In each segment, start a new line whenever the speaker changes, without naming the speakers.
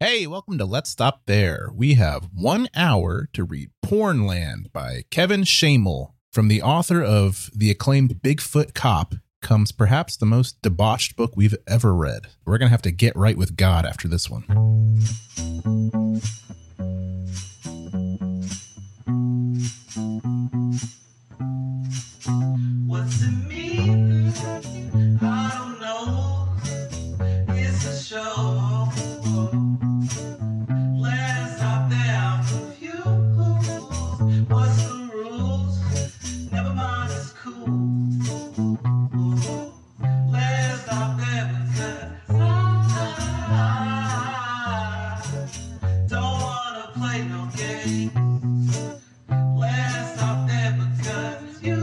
Hey, welcome to Let's Stop There. We have one hour to read Pornland by Kevin Shamel from the author of the acclaimed Bigfoot Cop. Comes perhaps the most debauched book we've ever read. We're going to have to get right with God after this one.
What's it mean? I don't know. It's a show. Let's stop there. I'm confused. What's the rules? Never mind, it's cool. Let's stop there because I don't wanna play no games. Last stop there because you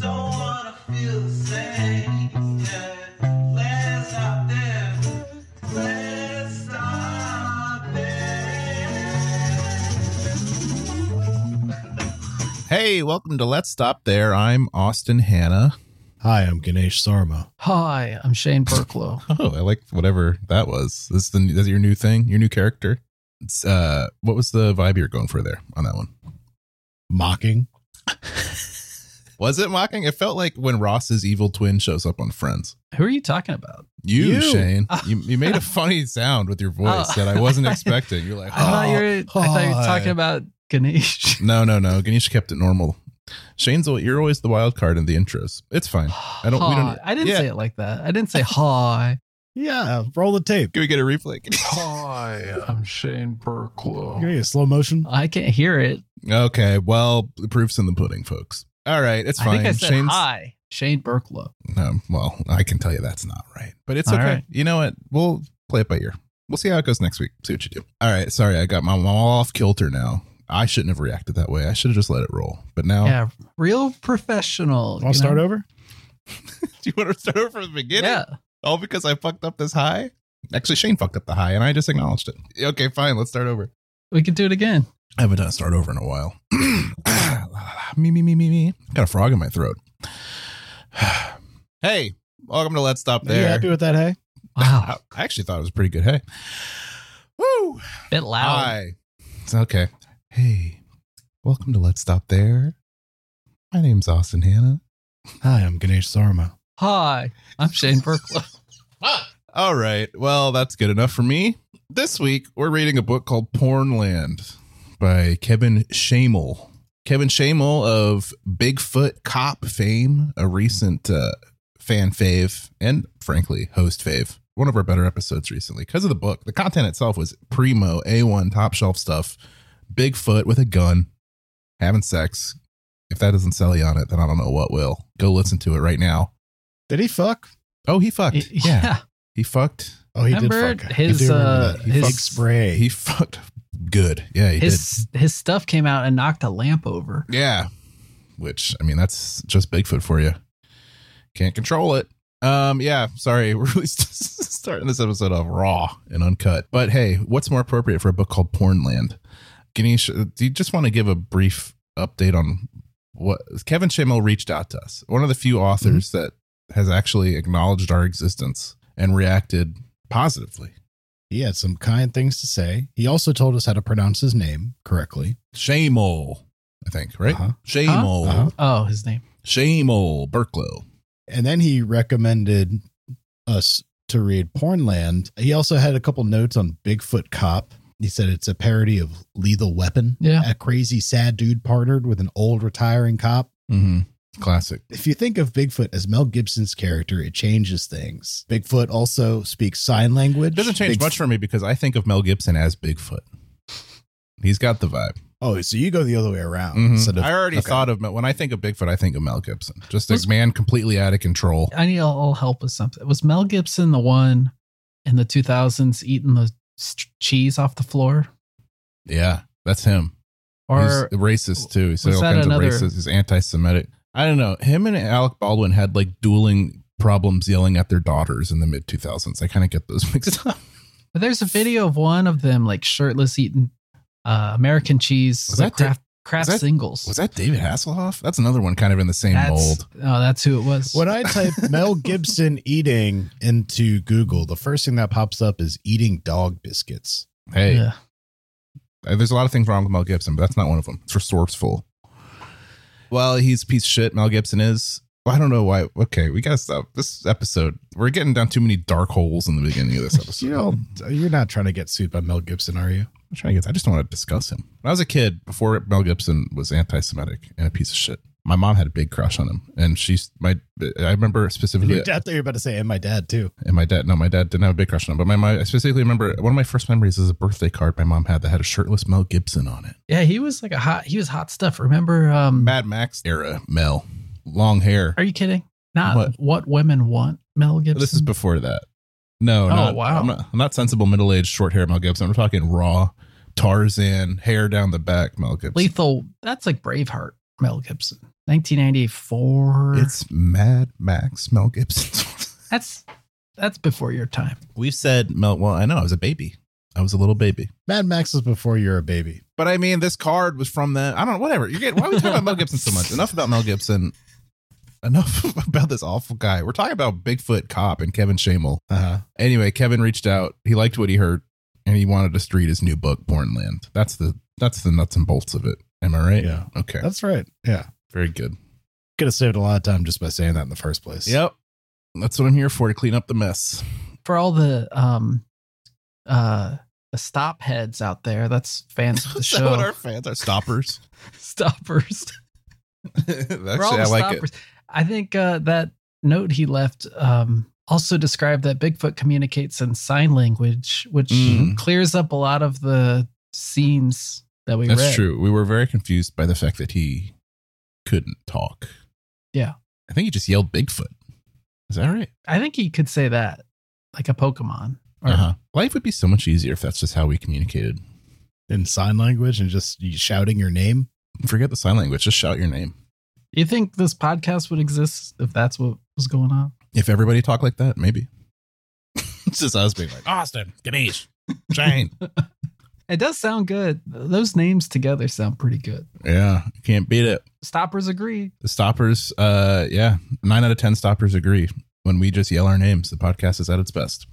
don't wanna feel the same. Yeah. Last stop there. Last stop there.
Hey, welcome to Let's Stop There. I'm Austin Hanna.
Hi, I'm Ganesh Sarma.
Hi, I'm Shane Burklow.
Oh, I like whatever that was. This is the that's your new thing, your new character. It's, uh, what was the vibe you're going for there on that one?
Mocking?
Was it mocking? It felt like when Ross's evil twin shows up on Friends.
Who are you talking about?
You,
You.
Shane, you, you made a funny sound with your voice
Ah. Oh.
that I wasn't expecting. You're like, "Oh,
I thought you were, I thought you were
hi.
talking about Ganesh.
no, no, no. Ganesh kept it normal. Shane's, al- you're always the wild card in the intros. It's fine.
I
don't- we don't-
I didn't
yeah.
say it like that. I didn't say hi.
Yeah, roll the tape.
Can we get a replay?
hi, I'm Shane
Give
Burklow.
me a slow motion.
I can't hear it.
okay, well, the proof's in the pudding, folks. All right, it's
I
fine.
think I said hi, Shane Burklow.
Um, well, I can tell you that's not right, but it's
All
okay.
right.
You know what? We'll play it by ear. We'll see how it goes next week. See what you do. All right. Sorry, I got my mom off kilter now. I shouldn't have reacted that way. I should have just let it roll. But now,
Yeah, real professional.
I'll start over.
do you want to start over from the beginning?
Yeah.
All because I fucked up this high? Actually, Shane fucked up the high, and I just acknowledged it. Okay, fine. Let's start over.
We could do it again.
I haven't done a start over in a while. La, la, la. me, me, me, me, me. Got a frog in my throat. hey, welcome to Let's Stop
Are you
There.
happy with that? Hey,
Wow.
I I actually thought it was pretty good. Hey. Woo!
bit loud.
Hi. It's okay. Hey, welcome to Let's Stop There. My name's Austin Hanna.
hi, I'm Ganesh Sarma.
Hi, I'm Shane Burklow.
All right. Well, that's good enough for me. This week, we're reading a book called Pornland by Kevin Shamel. Kevin Shamel of Bigfoot Cop fame, a recent uh, fan fave, and frankly, host fave. One of our better episodes recently because of the book. The content itself was primo, A1, top shelf stuff. Bigfoot with a gun, having sex. If that doesn't sell you on it, then I don't know what will. Go listen to it right now.
Did he fuck?
Oh, he fucked.
yeah.
He fucked.
Oh, he
Remember
did fuck.
his,
I do remember
uh,
that. He
his-
fucked spray.
He fucked good. Yeah, he
His his stuff came out and knocked a lamp over.
did. Yeah. Which I mean, that's just Bigfoot for you. Can't control it. Um, yeah, sorry. We're really starting this episode off raw and uncut. But hey, what's more appropriate for a book called Pornland? Ganesh, uh, do you just want to give a brief update on what Kevin Shamel reached out to us? One of the
Mm-hmm.
few authors that has actually acknowledged our existence and reacted positively.
he had some kind things to say. He also told us how to pronounce his name correctly.
Shamel, I think, right?
Uh-huh.
Shamel.
Uh-huh.
Oh, his name.
Shamel Burklow.
And then he recommended us to read Pornland. He also had a couple notes on Bigfoot Cop. He said it's a parody of Lethal Weapon.
Yeah.
A crazy sad dude partnered with an old retiring cop.
Mm-hmm. Classic.
If you think of Bigfoot as Mel Gibson's character, it changes things. Bigfoot also speaks sign language.
It doesn't change
Big-
much for me because I think of Mel Gibson as Bigfoot. He's got the vibe.
Oh, so you go the other way around. instead of-
Mm-hmm. I already
okay.
thought of Mel- when I think of Bigfoot, I think of Mel Gibson. Just a
Was-
man completely out of control.
I need a little help with something. Was Mel Gibson the one in the 2000s eating the s- cheese off the floor?
Yeah, that's him.
Or
he's racist too. He's
was
all
that
kinds
another-
of racist. He's anti-Semitic. I don't know. Him and Alec Baldwin had like dueling problems yelling at their daughters in the mid 2000s. I kind of get those mixed up.
but there's a video of one of them like shirtless eating uh, American cheese,
Was
like
that Dick-
Kraft, Kraft
that-
singles.
Was that David Hasselhoff? That's another one kind of in the same
that's,
mold.
Oh, that's who it was.
When I type Mel Gibson eating into Google, the first thing that pops up is eating dog biscuits.
Hey,
Yeah.
Uh, There's a lot of things wrong with Mel Gibson, but that's not one of them. It's resourceful. Well, he's a piece of shit. Mel Gibson is. Well, I don't know why. Okay, we gotta stop this episode. We're getting down too many dark holes in the beginning of this episode.
You know, you're not trying to get sued by Mel Gibson, are you?
I'm trying to get. I just don't want to discuss him. When I was a kid, before Mel Gibson was anti-Semitic and a piece of shit, my mom had a big crush on him, and she's my. I remember
And
specifically
your dad, you're about to say, and my dad too.
And my dad, no, my dad didn't have a big crush on him, but my, my I specifically remember one of my first memories is a birthday card my mom had that had a shirtless Mel Gibson on it.
yeah, he was like a hot. He was hot stuff. Remember? Um,
Mad Max era Mel, long hair.
are you kidding? Not
What?
what? women want. Mel Gibson.
This is before that. No,
Oh,
not,
wow.
I'm not, I'm not sensible middle aged short hair Mel Gibson. We're talking raw Tarzan hair down the back Mel Gibson.
lethal. That's like Braveheart. Mel Gibson, 1994.
It's Mad Max Mel Gibson.
that's that's before your time.
We've said Mel. Well, I know I was a baby. I was a little baby.
Mad Max was before you're a baby.
But I mean, this card was from the. I don't know. Whatever. You're getting. Why are we talking about Mel Gibson so much? Enough about Mel Gibson. Enough about this awful guy. We're talking about Bigfoot Cop and Kevin Shamel.
Uh-huh.
Anyway, Kevin reached out. He liked what he heard, and he wanted us to read his new book, Pornland. That's the that's the nuts and bolts of it. Am I right?
Yeah.
Okay.
That's right. Yeah.
Very good.
Could have saved a lot of time just by saying that in the first place.
Yep. That's what I'm here for to clean up the mess.
for all the um uh the stop heads out there that's fans of the
So
show
what our fans are stoppers.
stoppers
Actually,
for all the
I like
stoppers i think uh that note he left um also described that bigfoot communicates in sign language which
Mhm.
clears up a lot of the scenes that we
it. That's
read
true. We were very confused by the fact that he couldn't talk.
Yeah.
I think he just yelled Bigfoot. Is that right?
i think he could say that like a pokemon or-
Uh-huh. Life would be so much easier if that's just how we communicated.
In sign language and just you shouting your name.
Forget the sign language. Just shout your name.
you think this podcast would exist if that's what was going on
If everybody talked like that, maybe. it's just us being like, Austin, Ganesh, Shane.
it does sound good those names together sound pretty good
yeah, you can't beat it.
stoppers agree
The stoppers, uh, yeah, nine out of 10 stoppers agree. When we just yell our names, the podcast is at its best.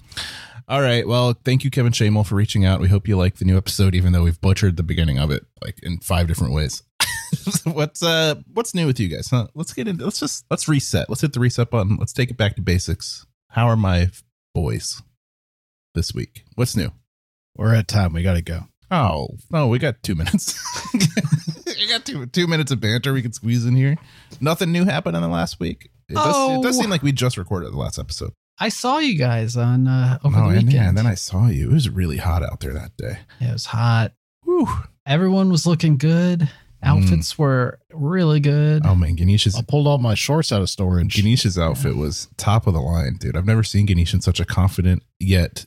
All right. Well, thank you, Kevin Shamel, for reaching out. We hope you like the new episode, even though we've butchered the beginning of it like in five different ways. what's uh what's new with you guys? Huh? Let's get into let's just let's reset. Let's hit the reset button. Let's take it back to basics. How are my boys this week? What's new?
We're at time. We got to go.
Oh no, we got two minutes. we got two two minutes of banter we can squeeze in here. Nothing new happened in the last week. It does, it does
Oh.
seem like we just recorded the last episode.
I saw you guys on uh, over
oh,
the
and
weekend.
yeah, and then I saw you. It was really hot out there that day.
it was hot.
Whew.
Everyone was looking good. Outfits were really good.
Mm. Oh man, Ganesh's
I pulled all my shorts out of storage.
Ganesh's outfit was top of the line, dude. I've never seen Ganesh in such a confident yet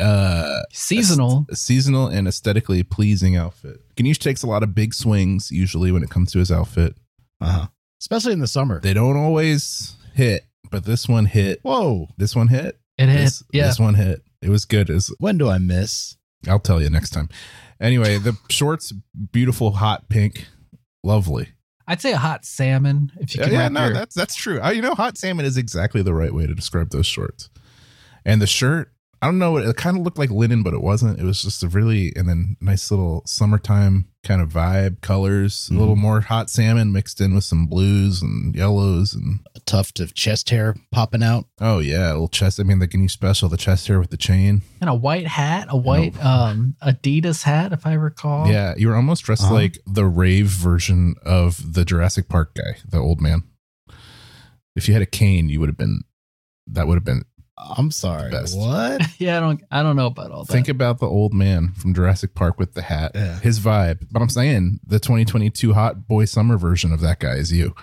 uh
Seasonal.
a seasonal and aesthetically pleasing outfit. Ganesh takes a lot of big swings usually when it comes to his outfit.
Uh-huh. Especially in the summer.
They don't always hit, but this one hit.
Whoa.
This one hit.
It is.
This,
Yeah.
this one hit. It was good. It was,
When do I miss?
I'll tell you next time. Anyway, the shorts, beautiful, hot pink, lovely.
I'd say a hot salmon if you
Yeah,
can
yeah,
wrap
no,
your-
that's that's true. Uh, you know, hot salmon is exactly the right way to describe those shorts. And the shirt, I don't know, it kind of looked like linen, but it wasn't. It was just a really and then nice little summertime kind of vibe, colors, a
Mm-hmm.
little more hot salmon mixed in with some blues and yellows and
A tuft of chest hair popping out.
oh yeah, a little chest. I mean, the guinea special, the chest hair with the chain.
and a white hat, a white um Adidas hat, if I recall.
Yeah, you were almost dressed
Oh. Uh-huh.
like the rave version of the Jurassic Park guy, the old man. If you had a cane, you would have been. That would have been.
I'm sorry.
The best.
What?
yeah. I don't. I don't know about all that.
Think about the old man from Jurassic Park with the hat,
Yeah.
his vibe. But I'm saying the 2022 hot boy summer version of that guy is you.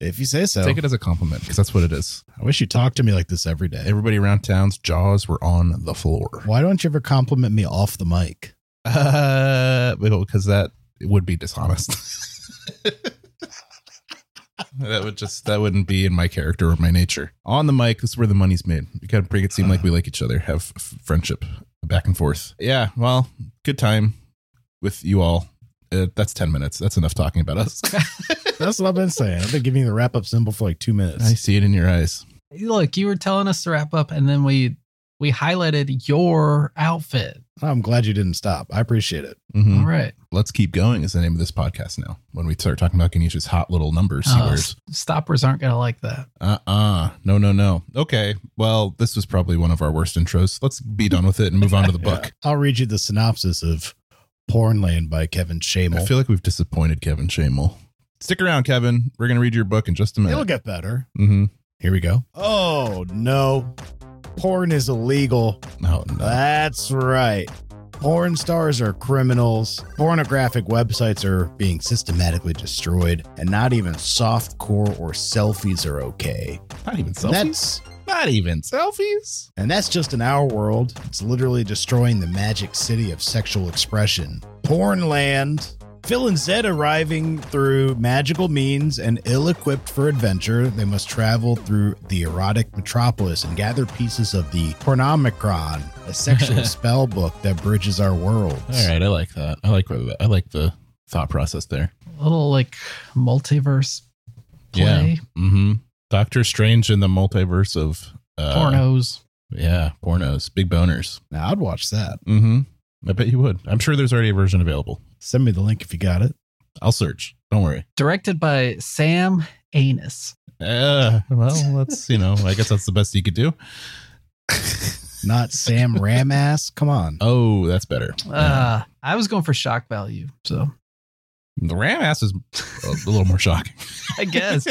If you say so.
Take it as a compliment because that's what it is.
I wish you talked to me like this every day.
Everybody around town's jaws were on the floor.
Why don't you ever compliment me off the mic?
Uh, because that would be dishonest. that would just that wouldn't be in my character or my nature. On the mic, this is where the money's made. We gotta make it seem like we like each other, have f- friendship back and forth. Yeah, well, good time with you all. Uh, that's 10 minutes. That's enough talking about us.
That's what I've been saying. I've been giving you the wrap up symbol for like two minutes.
I see it in your eyes.
Look, you were telling us to wrap up, and then we we highlighted your outfit.
I'm glad you didn't stop. I appreciate it.
Mhm.
All right,
Let's keep going is the name of this podcast now. When we start talking about Ganesha's hot little numbers, he
Oh,
wears.
stoppers aren't gonna like that.
Uh uh No, no, no. Okay. Well, this was probably one of our worst intros. Let's be done with it and move on to the book.
Yeah. I'll read you the synopsis of Pornland by Kevin
I
Shamel.
feel like we've disappointed Kevin Shamel. Stick around, Kevin. We're going to read your book in just a
It'll
minute.
get better.
mm-hmm.
Here we go. Oh, no. Porn is illegal.
Oh, no.
That's right. Porn stars are criminals. Pornographic websites are being systematically destroyed, and not even softcore or selfies are okay.
Not even
And
selfies.
that's
Not even selfies.
and that's just in our world. It's literally destroying the magic city of sexual expression. Pornland. Phil and Zed arriving through magical means and ill equipped for adventure, they must travel through the erotic metropolis and gather pieces of the Pornomicron, a sexual spell book that bridges our worlds.
All right, I like that. I like where the, I like the thought process there.
A little like multiverse
Yeah.
play
Mm-hmm. Doctor Strange in the multiverse of uh,
pornos.
Yeah, pornos, big boners.
Now, I'd watch that.
Mm-hmm. I bet you would. I'm sure there's already a version available.
Send me the link if you got it.
I'll search. Don't worry.
Directed by Sam Anus.
Uh, well, that's you know, I guess that's the best you could do.
Not Sam Ramass. Come on.
Oh, that's better.
Uh, I was going for shock value, so
the ram ass is a little more shocking.
I guess.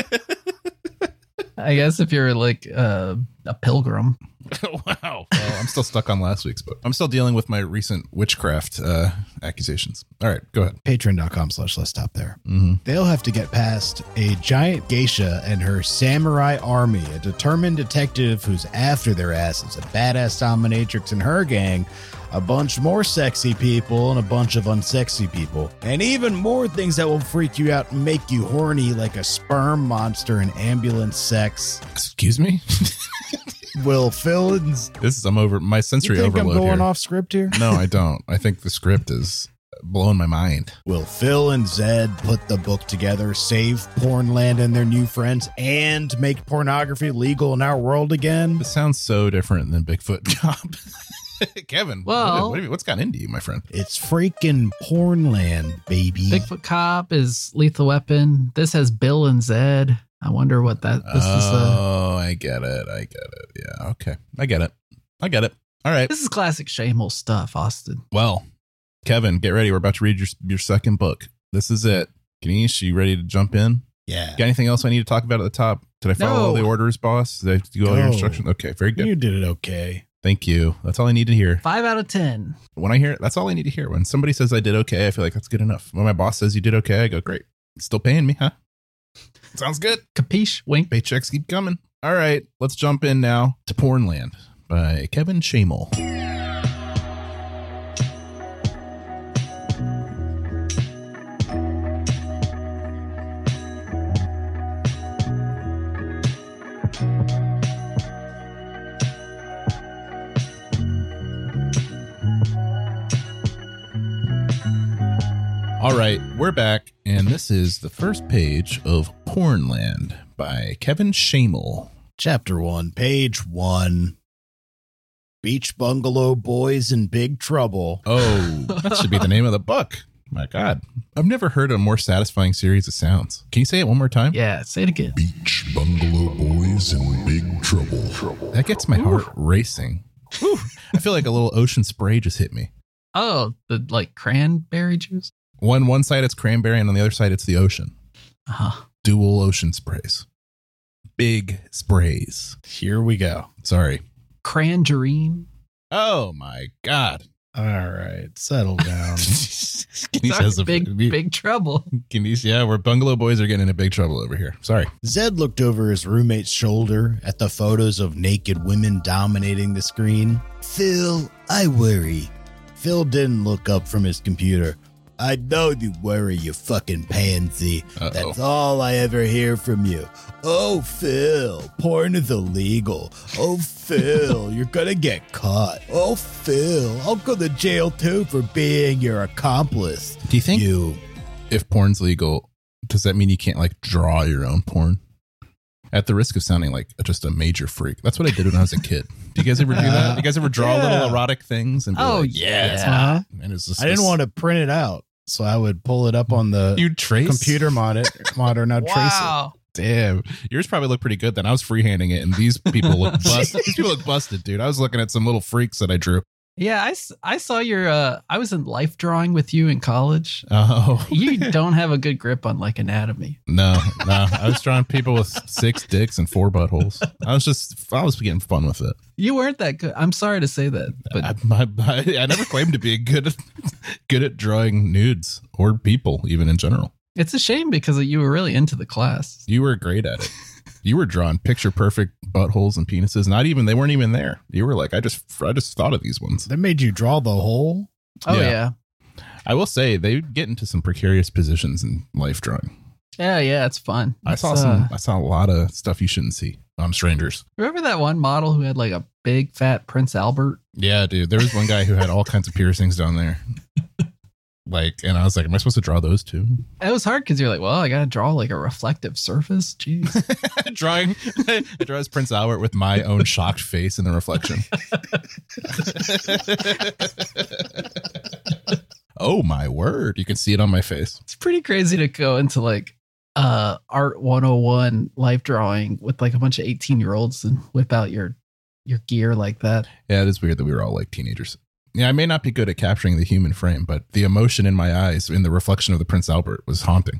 I guess if you're like uh, a pilgrim,
wow. Well, I'm still stuck on last week's book. I'm still dealing with my recent witchcraft uh, accusations. All right, go ahead.
Patreon.com slash let's stop there.
Mm-hmm.
They'll have to get past a giant geisha and her samurai army, a determined detective who's after their asses, a badass dominatrix and her gang, a bunch more sexy people, and a bunch of unsexy people, and even more things that will freak you out and make you horny like a sperm monster and ambulance sex.
Excuse me.
Will Phil and
This is I'm over my sensory
you think I'm
overload
going
here.
off script here?
No, I don't. I think the script is blowing my mind.
Will Phil and Zed put the book together, save Pornland and their new friends, and make pornography legal in our world again?
This sounds so different than Bigfoot Cop. Kevin, what-
Well-
what, what's gotten into you, my friend?
It's freaking Pornland, baby.
Bigfoot Cop is Lethal Weapon. This has Bill and Zed. I wonder what that. This is
uh,
uh, the.
oh, I get it. I get it. Yeah. Okay. I get it. I get it. All right.
This is classic Shamel stuff, Austin.
Well, Kevin, get ready. We're about to read your your second book. This is it. Ganesh, you ready to jump in?
yeah.
Got anything else I need to talk about at the top? Did I follow all
No.
the orders, boss? Did I do all your
No.
instructions? Okay, very good.
You did it okay.
Thank you. That's all I need to hear.
Five out of ten.
When I hear that's all I need to hear. When somebody says I did okay, I feel like that's good enough. When my boss says you did okay, I go, great. Still paying me, huh? Sounds good.
Capiche? Wink.
Paychecks keep coming. All right, let's jump in now to Pornland by Kevin Shamel. All right, we're back, and this is the first page of Pornland by Kevin Shamel.
Chapter 1, page 1. Beach Bungalow Boys in Big Trouble.
Oh, that should be the name of the book. My God. I've never heard a more satisfying series of sounds. Can you say it one more time?
Yeah, say it again.
Beach Bungalow Boys in Big Trouble. Trouble.
That gets my heart racing. Whew. I feel like a little ocean spray just hit me.
Oh, the like cranberry juice.
One one side it's cranberry, and on the other side it's the ocean.
Uh-huh.
Dual ocean sprays. Big sprays.
Here we go.
Sorry.
Crangerine.
Oh my God.
All right, settle down.
Kenny's
Sorry,
has a
big, big trouble.
Kenny's- yeah, we're bungalow boys are getting into big trouble over here. Sorry.
Zed looked over his roommate's shoulder at the photos of naked women dominating the screen. Phil, I worry. Phil didn't look up from his computer. I know you worry, you fucking pansy.
Uh-oh.
That's all I ever hear from you. Oh, Phil, porn is illegal. Oh, Phil, you're gonna get caught. Oh, Phil, I'll go to jail too for being your accomplice.
Do you think
You
if porn's legal, does that mean you can't like draw your own porn? At the risk of sounding like just a major freak, that's what I did when I was a kid. Do you guys ever do that? Do you guys ever draw
Yeah.
little erotic things? And be
Oh,
like, uh-huh."
yeah.
that's mine." And it's just
I didn't
this-
want to print it out, so I would pull it up on the
you trace
computer monitor, monitor and I'd
wow.
Damn, yours probably looked pretty good then. I was freehanding it, and these people look busted. these people look busted, dude. I was looking at some little freaks that I drew.
Yeah, I, s- I saw your. Uh, I was in life drawing with you in college.
Oh
You don't have a good grip on like anatomy.
no, no, I was drawing people with six dicks and four buttholes. I was just, I was getting fun with it.
You weren't that good. I'm sorry to say that, but
I, my, my, I never claimed to be good, good at drawing nudes or people, even in general.
it's a shame because you were really into the class.
You were great at it. You were drawing picture perfect buttholes and penises. Not even they weren't even there. You were like, I just, I just thought of these ones.
That made you draw the hole.
Oh
Yeah.
yeah,
I will say they get into some precarious positions in life drawing.
yeah, yeah. it's fun.
I
It's,
saw
uh,
some. I saw a lot of stuff you shouldn't see. I'm strangers.
Remember that one model who had like a big fat Prince Albert?
Yeah, dude. There was one guy who had all kinds of piercings down there. Like, and I was like, am I supposed to draw those too?
It was hard because you're like, well, I gotta draw like a reflective surface. Jeez.
Drawing, I draws Prince Albert with my own shocked face in the reflection. oh my word! You can see it on my face.
it's pretty crazy to go into like uh art 101 life drawing with like a bunch of 18 year olds and whip out your your gear like that.
Yeah, it is weird that we were all like teenagers. Yeah, I may not be good at capturing the human frame, but the emotion in my eyes in the reflection of the Prince Albert was haunting.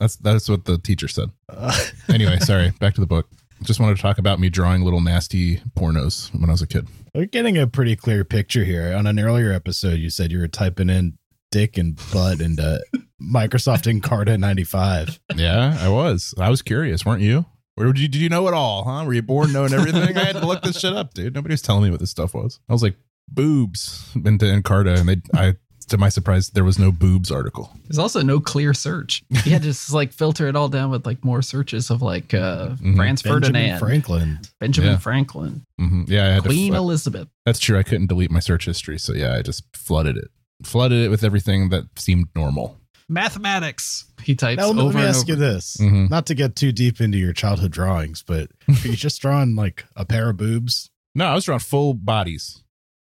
That's that's what the teacher said.
Uh,
anyway, sorry, back to the book. Just wanted to talk about me drawing little nasty pornos when I was a kid.
We're getting a pretty clear picture here. On an earlier episode, you said you were typing in dick and butt into Microsoft Encarta 95.
Yeah, I was. I was curious, weren't you? Where did you did you know it all, huh? Were you born knowing everything? I had to look this shit up, dude. Nobody was telling me what this stuff was. I was like boobs into Encarta, and they I to my surprise there was no boobs article.
There's also no clear search. You had to just like filter it all down with like more searches of like uh
Mhm.
Franz
Mm-hmm. Benjamin
Ferdinand,
Franklin.
Benjamin
Yeah.
Franklin,
hmm Yeah, I had
Queen
to,
Elizabeth.
That's true. I couldn't delete my search history. So yeah, I just flooded it. Flooded it with everything that seemed normal.
Mathematics. He types
Now, let
over
me
and
ask
over.
you this.
Mhm.
Not to get too deep into your childhood drawings, but are you just drawing like a pair of boobs?
No, I was drawing full bodies,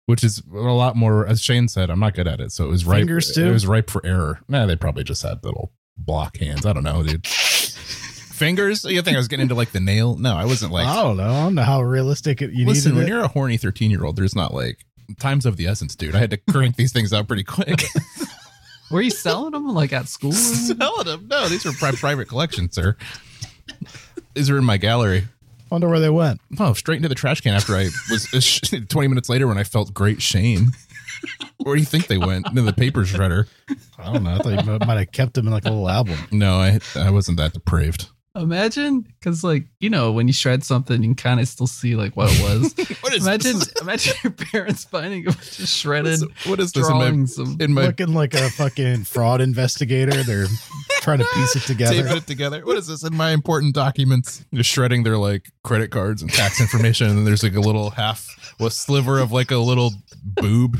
which is a lot more, as Shane said, I'm not good at it. So it was ripe.
Fingers, too?
It was ripe for error. Nah, they probably just had little block hands. I don't know, dude. Fingers? You think I was getting into like the nail? No, I wasn't like.
I don't know. I don't know how realistic it, Oh, you
Listen,
needed
when
it.
you're a horny 13 year old, there's not like times of the essence, dude. I had to crank these things out pretty quick.
Were you selling them like at school?
Selling them? No, these were pri- private collections, sir. These are in my gallery.
Wonder where they went.
Oh, straight into the trash can after I was 20 minutes later when I felt great shame. Where do you think they went? Into the paper shredder.
I don't know. I thought you might might have kept them in like a little album.
No, I I wasn't that depraved.
Imagine, because like you know, when you shred something, you can kind of still see like what it was.
What is
imagine, imagine your parents finding a bunch of shredded
this? What is this in my,
drawings of
in my
Looking like a fucking fraud investigator. They're trying to piece it together.
taping it together? What is this in my important documents? You're shredding their like credit cards and tax information, and then there's like a little half, a sliver of like a little boob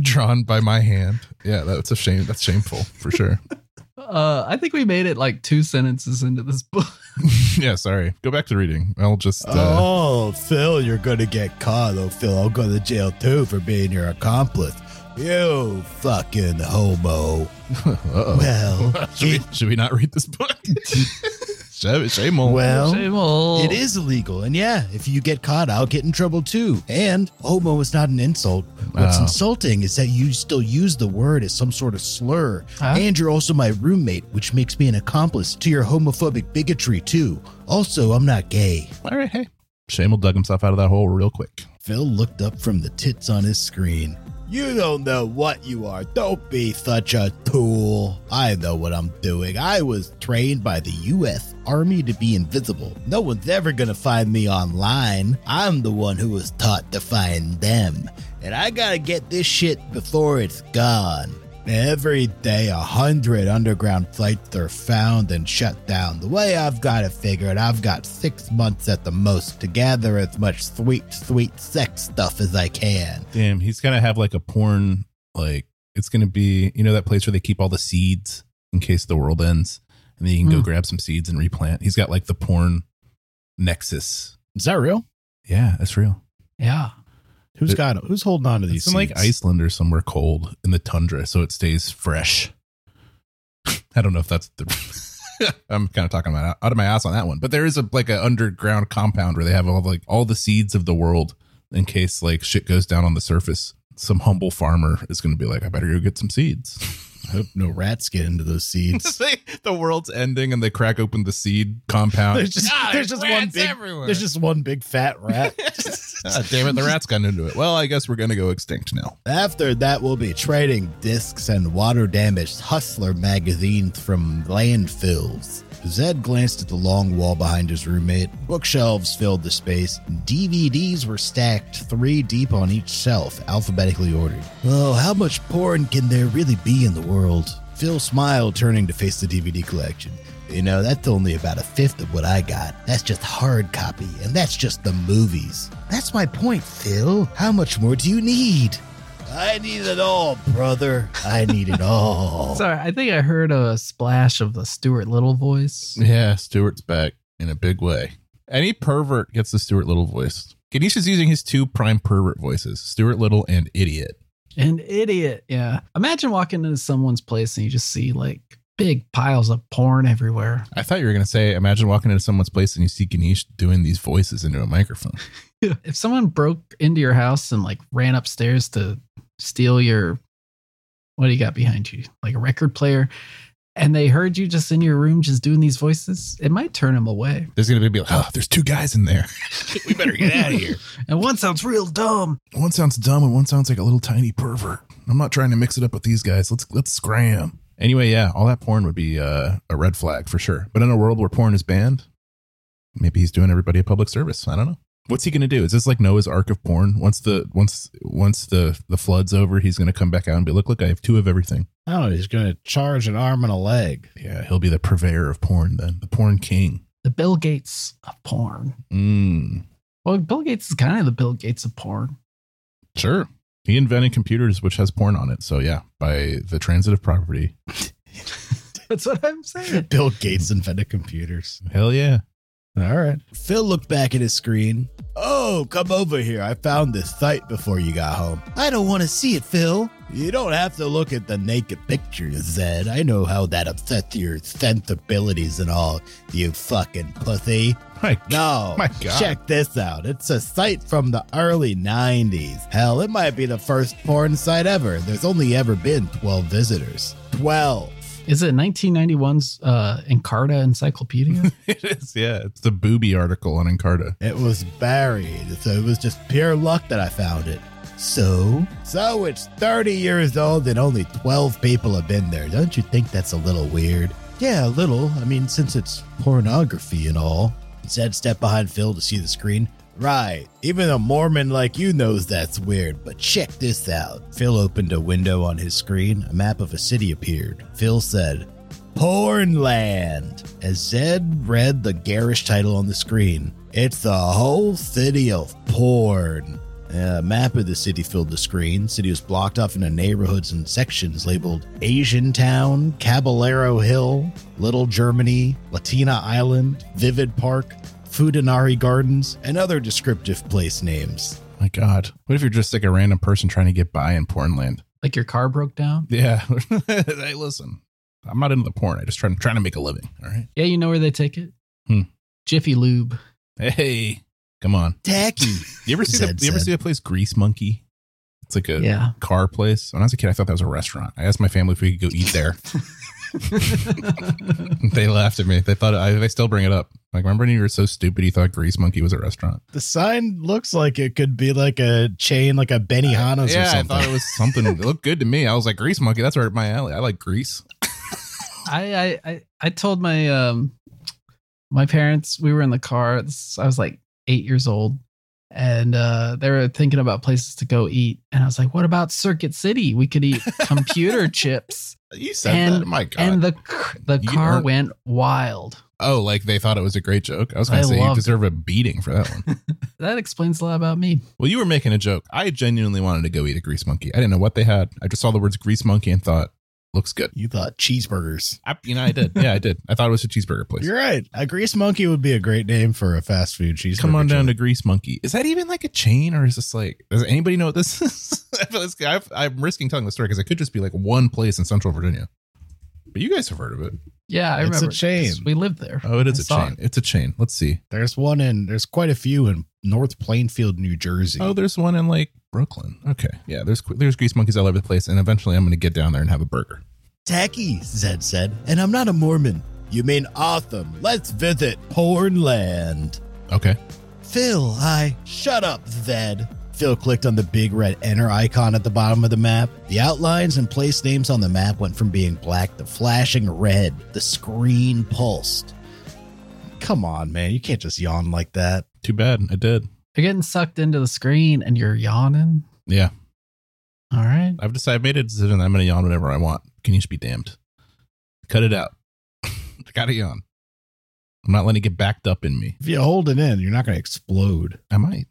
drawn by my hand. Yeah, that's a shame. That's shameful for sure.
Uh, I think we made it like two sentences into this book.
yeah, sorry. Go back to reading. I'll just. Uh,
Oh, Phil, you're gonna get caught. Oh, Phil, I'll go to jail too for being your accomplice. You fucking homo.
Uh-oh.
Well,
should, we, should we not read this book? Shame, shame on.
well,
Shame all.
it is illegal, and yeah, if you get caught, I'll get in trouble too. And homo is not an insult. What's
Oh.
insulting is that you still use the word as some sort of slur,
Huh?
and you're also my roommate, which makes me an accomplice to your homophobic bigotry too. Also, I'm not gay.
All right, hey. Shamel dug himself out of that hole real quick.
Phil looked up from the tits on his screen. You don't know what you are. Don't be such a tool. I know what I'm doing. I was trained by the U.S. Army to be invisible. No one's ever going to find me online. I'm the one who was taught to find them. And I got to get this shit before it's gone. Every day, a hundred underground flights are found and shut down. The way I've got it figured, I've got six months at the most to gather as much sweet, sweet sex stuff as I can.
Damn, he's gonna have like a porn like It's going to be, you know, that place where they keep all the seeds in case the world ends. And then you can go
Hmm.
grab some seeds and replant. He's got like the porn nexus.
Is that real?
Yeah, that's real.
Yeah.
Who's
It-
got it? Who's holding on to these?
It's in like
seeds?
Iceland or somewhere cold in the tundra, so it stays fresh. I don't know if that's the. I'm kind of talking about out of my ass on that one, but there is a like an underground compound where they have all like all the seeds of the world in case like shit goes down on the surface. Some humble farmer is going to be like, I better go get some seeds.
I hope no rats get into those seeds.
the world's ending, and they crack open the seed compound.
there's just
Ah,
there's just one
rats
big
everywhere.
there's just one big fat rat.
Ah, damn it, the rats got into it. Well, I guess we're going to go extinct now.
After that, we'll be trading discs and water damaged hustler magazines from landfills. Zed glanced at the long wall behind his roommate. Bookshelves filled the space. DVDs were stacked three deep on each shelf, alphabetically ordered. Oh, how much porn can there really be in the world? Phil smiled, turning to face the DVD collection. You know, that's only about a fifth of what I got. That's just hard copy, and that's just the movies. That's my point, Phil. How much more do you need? I need it all, brother. I need it all.
Sorry, I think I heard a splash of the Stuart Little voice.
Yeah, Stuart's back in a big way. Any pervert gets the Stuart Little voice. Ganesh is using his two prime pervert voices, Stuart Little and Idiot.
An idiot. Yeah. Imagine walking into someone's place and you just see like big piles of porn everywhere.
I thought you were going to say, imagine walking into someone's place and you see Ganesh doing these voices into a microphone.
if someone broke into your house and like ran upstairs to steal your what do you got behind you? Like a record player and they heard you just in your room just doing these voices, it might turn them away.
There's going to be like, oh, there's two guys in there. we better get out of here.
And one sounds real dumb.
One sounds dumb and one sounds like a little tiny pervert. I'm not trying to mix it up with these guys. Let's let's scram. Anyway, yeah, all that porn would be uh, a red flag for sure. But in a world where porn is banned, maybe he's doing everybody a public service. I don't know. What's he going to do? Is this like Noah's Ark of porn? Once the once once the the flood's over, he's going to come back out and be look look I have two of everything.
Oh, he's gonna charge an arm and a leg.
Yeah, he'll be the purveyor of porn then, the porn king.
The Bill Gates of porn.
Mm,
Well, Bill Gates is kind of the Bill Gates of porn.
sure. He invented computers which has porn on it. So yeah, by the transitive property.
That's what I'm saying.
Bill Gates invented computers.
Hell yeah.
All right. Phil looked back at his screen. Oh, come over here. I found this site before you got home. I don't want to see it, Phil. You don't have to look at the naked pictures, Zed. I know how that upsets your sensibilities and all, you fucking pussy.
Hi.
No.
My God.
Check this out. It's a site from the early 90s. Hell, it might be the first porn site ever. There's only ever been 12 visitors. 12.
Is it 1991's uh, Encarta Encyclopedia?
It is, yeah. It's the booby article on Encarta.
It was buried, so it was just pure luck that I found it. So? So it's 30 years old and only 12 people have been there. Don't you think that's a little weird? Yeah, a little. I mean, since it's pornography and all. Zed stepped behind Phil to see the screen. Right, even a Mormon like you knows that's weird, but check this out. Phil opened a window on his screen. A map of a city appeared. Phil said, Pornland. As Zed read the garish title on the screen, it's the whole city of porn. A map of the city filled the screen. City was blocked off into neighborhoods and sections labeled Asian Town, Caballero Hill, Little Germany, Latina Island, Vivid Park, Fudanari Gardens, and other descriptive place names.
My God. What if you're just like a random person trying to get by in pornland?
like your car broke down?
Yeah. hey, listen. I'm not into the porn. I just try, I'm trying to make a living. All right.
Yeah, you know where they take it?
Hmm.
Jiffy Lube.
Hey, come on.
Tacky.
You ever see the,
Zed
you ever
said.
see the place Grease Monkey? It's like a
Yeah.
car place. When I was a kid, I thought that was a restaurant. I asked my family if we could go eat there. they laughed at me. They thought I, they still bring it up. Like, remember when you were so stupid you thought Grease Monkey was a restaurant?
the sign looks like it could be like a chain, like a Benihana's or
yeah, I
something.
thought it was something. it looked good to me. I was like, Grease Monkey, that's right up my alley. I like grease.
I, I I I told my um my parents we were in the car. This- I was like eight years old, and uh, they were thinking about places to go eat. And I was like, "What about Circuit City? We could eat computer chips."
You said
And-
that. My God.
And the c- the
You
car
aren't-
went wild.
Oh, like they thought it was a great joke. I was going
I
to say you
loved
deserve a beating for that one.
That explains a lot about me.
well, you were making a joke. I genuinely wanted to go eat a grease monkey. I didn't know what they had. I just saw the words grease monkey and thought, looks good.
You thought cheeseburgers.
I, you know, I did. Yeah, I did. I thought it was a cheeseburger place.
You're right. A grease monkey would be a great name for a fast food cheeseburger.
Come on down
joint.
to Grease Monkey. Is that even like a chain or is this like, does anybody know what this is? I feel this guy- I'm risking telling the story because it could just be like one place in central Virginia. But you guys have heard of it.
Yeah, I
It's a
remember. 'cause
chain.
We lived there.
Oh, it
I
is a
saw
chain.
it.
It's a chain. Let's see.
There's one in. There's quite a few in North Plainfield, New Jersey.
Oh, there's one in like Brooklyn. Okay. Yeah, there's there's grease monkeys all over the place, and eventually I'm going to get down there and have a burger.
tacky, Zed said. And I'm not a Mormon. You mean Otham? Let's visit Pornland.
Okay.
Phil, I shut up, Zed. Phil clicked on the big red enter icon at the bottom of the map. The outlines and place names on the map went from being black to flashing red. The screen pulsed. Come on, man. You can't just yawn like that.
Too bad. I did.
You're getting sucked into the screen and you're yawning.
Yeah.
All right.
I've decided. I've made a decision. that I'm going to yawn whenever I want. Can you just be damned? Cut it out. I got to yawn. I'm not letting it get backed up in me.
If you hold it in, you're not going to explode.
I might.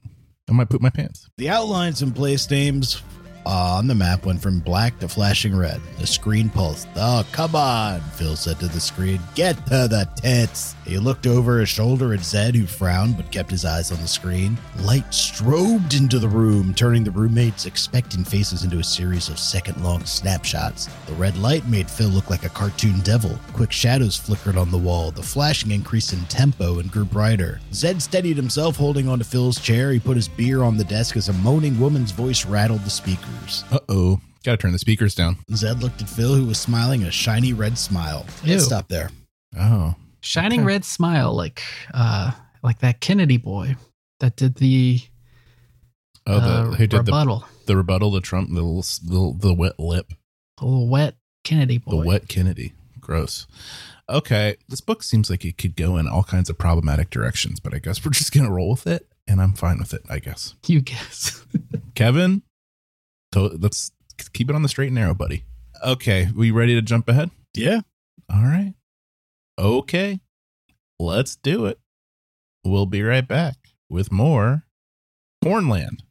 I might poop my pants.
The outlines and place names uh, on the map went from black to flashing red. The screen pulsed. Oh, come on, Phil said to the screen. Get to the tits. He looked over his shoulder at Zed, who frowned but kept his eyes on the screen. Light strobed into the room, turning the roommates' expectant faces into a series of second long snapshots. The red light made Phil look like a cartoon devil. Quick shadows flickered on the wall. The flashing increased in tempo and grew brighter. Zed steadied himself, holding onto Phil's chair. He put his beer on the desk as a moaning woman's voice rattled the speakers.
Uh oh. Got to turn the speakers down.
Zed looked at Phil, who was smiling a shiny red smile.
Ew.
Let's stop there.
Oh.
Shining
Okay.
red smile, like uh, like that Kennedy boy that did the,
Oh, the,
uh,
who did the,
rebuttal.
the rebuttal to Trump? The little, s- the, the wet lip.
The little wet Kennedy boy.
The wet Kennedy. Gross. Okay. This book seems like it could go in all kinds of problematic directions, but I guess we're just going to roll with it. And I'm fine with it, I guess.
You guess.
Kevin, to- let's keep it on the straight and narrow, buddy. Okay. We ready to jump ahead?
Yeah.
All right. Okay. Let's do it. We'll be right back with more Cornland.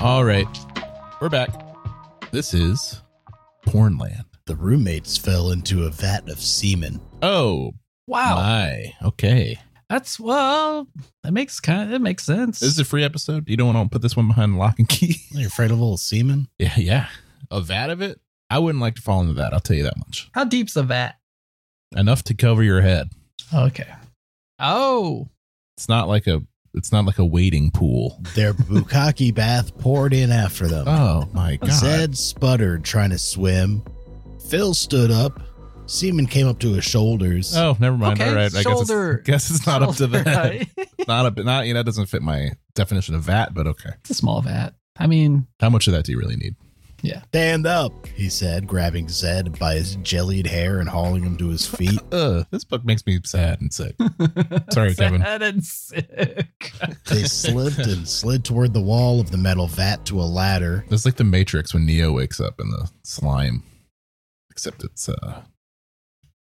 All right. We're back. This is Cornland.
The roommates fell into a vat of semen.
Oh,
Wow.
my. Okay.
That's well that makes kind of it makes sense.
This is a free episode. You don't want to put this one behind lock and key.
You're afraid of a little semen?
yeah, yeah. A vat of it? I wouldn't like to fall into that. I'll tell you that much.
How deep's the vat?
Enough to cover your head.
Okay. Oh.
It's not like a it's not like a wading pool.
Their bukkake bath poured in after them.
Oh my god.
Zed sputtered trying to swim. Phil stood up. Seaman came up to his shoulders.
Oh, never mind.
Okay,
All right.
shoulder-
I guess it's, guess it's not up to
Shoulder
that.
height.
Not up not you know, that doesn't fit my definition of vat, but okay.
it's a small vat. I mean,
How much of that do you really need?
Stand up, he said, grabbing Zed by his jellied hair and hauling him to his feet.
Ugh, this book makes me sad and sick. Sorry, Kevin.
Sad and sick.
They slipped and slid toward the wall of the metal vat to a ladder.
It's like the Matrix when Neo wakes up in the slime. Except it's uh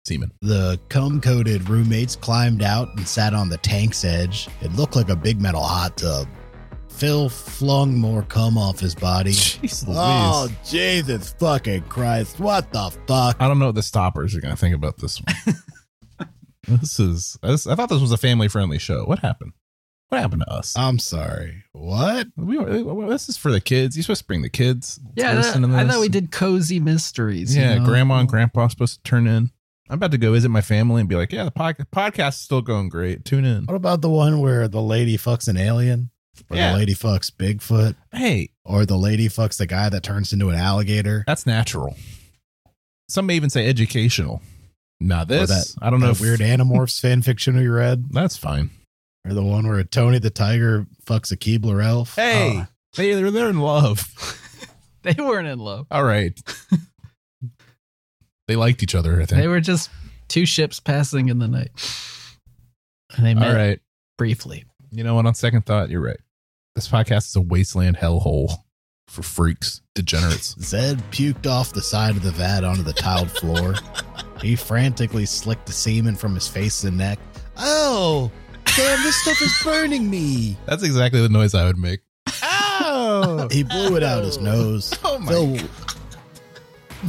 semen.
The cum coated roommates climbed out and sat on the tank's edge. It looked like a big metal hot tub. Phil flung more cum off his body.
Jeez
Oh,
Louise.
Jesus fucking Christ. What the fuck?
I don't know what the stoppers are going to think about this one. this is, this, I thought this was a family friendly show. What happened? What happened to us?
I'm sorry. What?
we were, well, this is for the kids. You're supposed to bring the kids. to
yeah, that-
listen to
I
this.
thought we did cozy mysteries. you
Yeah,
know?
grandma and grandpa are supposed to turn in. I'm about to go visit my family and be like, yeah, the pod- podcast is still going great. Tune in.
What about the one where the lady fucks an alien? Or
Yeah.
the lady fucks Bigfoot?
Hey,
Or the lady fucks the guy that turns into an alligator?
that's natural. Some may even say educational. Now this,
that-
I don't know
That
if
weird Animorphs fan fiction we read?
That's fine.
Or the one where Tony the Tiger fucks a Keebler elf?
Hey,
Uh.
they, they're, they're in love.
They weren't in love.
All right. they liked each other, I think.
They were just two ships passing in the night. And they met
All right.
briefly.
You know what? On second thought, you're right. This podcast is a wasteland hellhole for freaks, degenerates.
Zed puked off the side of the vat onto the tiled floor. he frantically slicked the semen from his face and neck. Oh, damn, this stuff is burning me.
That's exactly the noise I would make. Oh,
He blew it out his nose.
oh my!
Phil,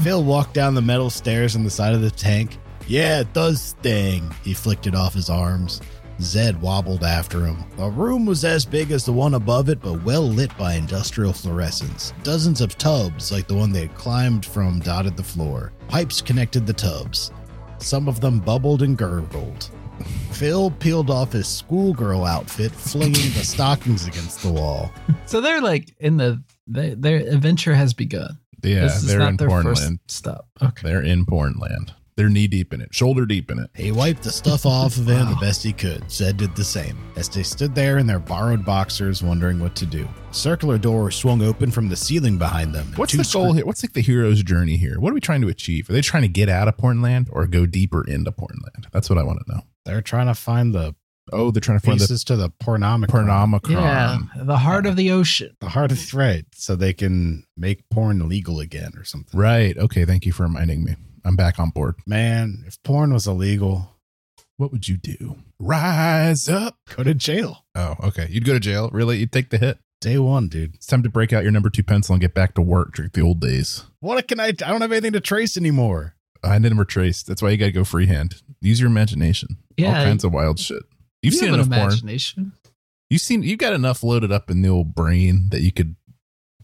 Phil walked down the metal stairs on the side of the tank. Yeah, it does sting. He flicked it off his arms. Zed wobbled after him. The room was as big as the one above it, but well lit by industrial fluorescence. Dozens of tubs, like the one they had climbed from, dotted the floor. Pipes connected the tubs. Some of them bubbled and gurgled. Phil peeled off his schoolgirl outfit, flinging the stockings against the wall.
So they're like in the they, their adventure has begun.
Yeah,
this is
they're
not
in
their first
Pornland.
stop. Okay.
They're in Pornland. They're knee deep in it, shoulder deep in it.
He wiped the stuff off of him the
Wow.
best he could. Zed did the same, as they stood there in their borrowed boxers, wondering what to do. A circular door swung open from the ceiling behind them. and
What's
two
the goal
scre-
here? What's like the hero's journey here? What are we trying to achieve? Are they trying to get out of Pornland or go deeper into Pornland? That's what I want to know.
They're trying to find the
Oh, they're trying to find the
pieces to the pornomicon.
Pornomicron.
Yeah, the heart of the ocean.
the heart of right, so they can make porn legal again or something.
Right. Okay. Thank you for reminding me. I'm back on board.
Man, if porn was illegal,
What would you do? Rise up.
go to jail.
Oh, okay. You'd go to jail. Really? You'd take the hit.
Day one, dude.
It's time to break out your number two pencil and get back to work. Drink the old days.
What can I? I don't have anything to trace anymore.
I never traced. That's why you got to go freehand. Use your imagination.
Yeah.
All kinds of wild shit. You've
you
seen
have an
enough porn.
imagination.
You've seen. You've got enough loaded up in the old brain that you could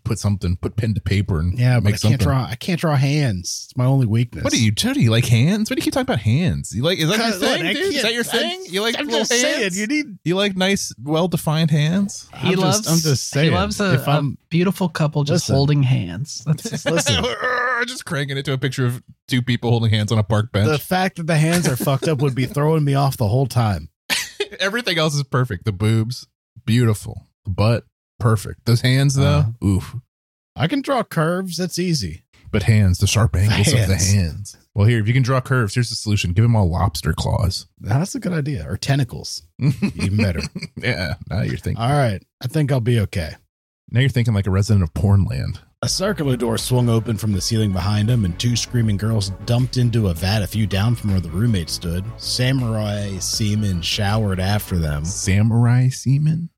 put something, put pen to paper, and
Yeah, but
make
I
something.
can't draw. I can't draw hands. It's my only weakness.
What are you, Jody? You like hands? What do you keep talking about hands? You like is that your
Look,
thing,
I
dude? Is
can't-
that your
I-
thing? you like
I'm
little
just saying.
hands?
You need.
You like nice, well defined hands?
He
I'm
loves.
Just, I'm just saying.
He loves a,
if I'm,
a beautiful couple just
Listen.
holding hands. That's his
listen,
Just cranking it to a picture of two people holding hands on a park
the
bench.
fact that the hands are fucked up would be throwing me off the whole time.
Everything else is perfect. The boobs, beautiful. The butt, perfect. Those hands though,
Uh-huh.
oof.
I can draw curves. That's easy.
But hands, the sharp angles of the
hands.
hands. Well, here, if you can draw curves, here's the solution. Give them all lobster claws.
That's a good idea. Or tentacles, even better.
yeah. Now you're thinking.
All right, I think I'll be okay.
Now you're thinking like a resident of Pornland.
A circular door swung open from the ceiling behind him, and two screaming girls dumped into a vat a few down from where the roommate stood. Samurai seamen showered after them.
Samurai seaman.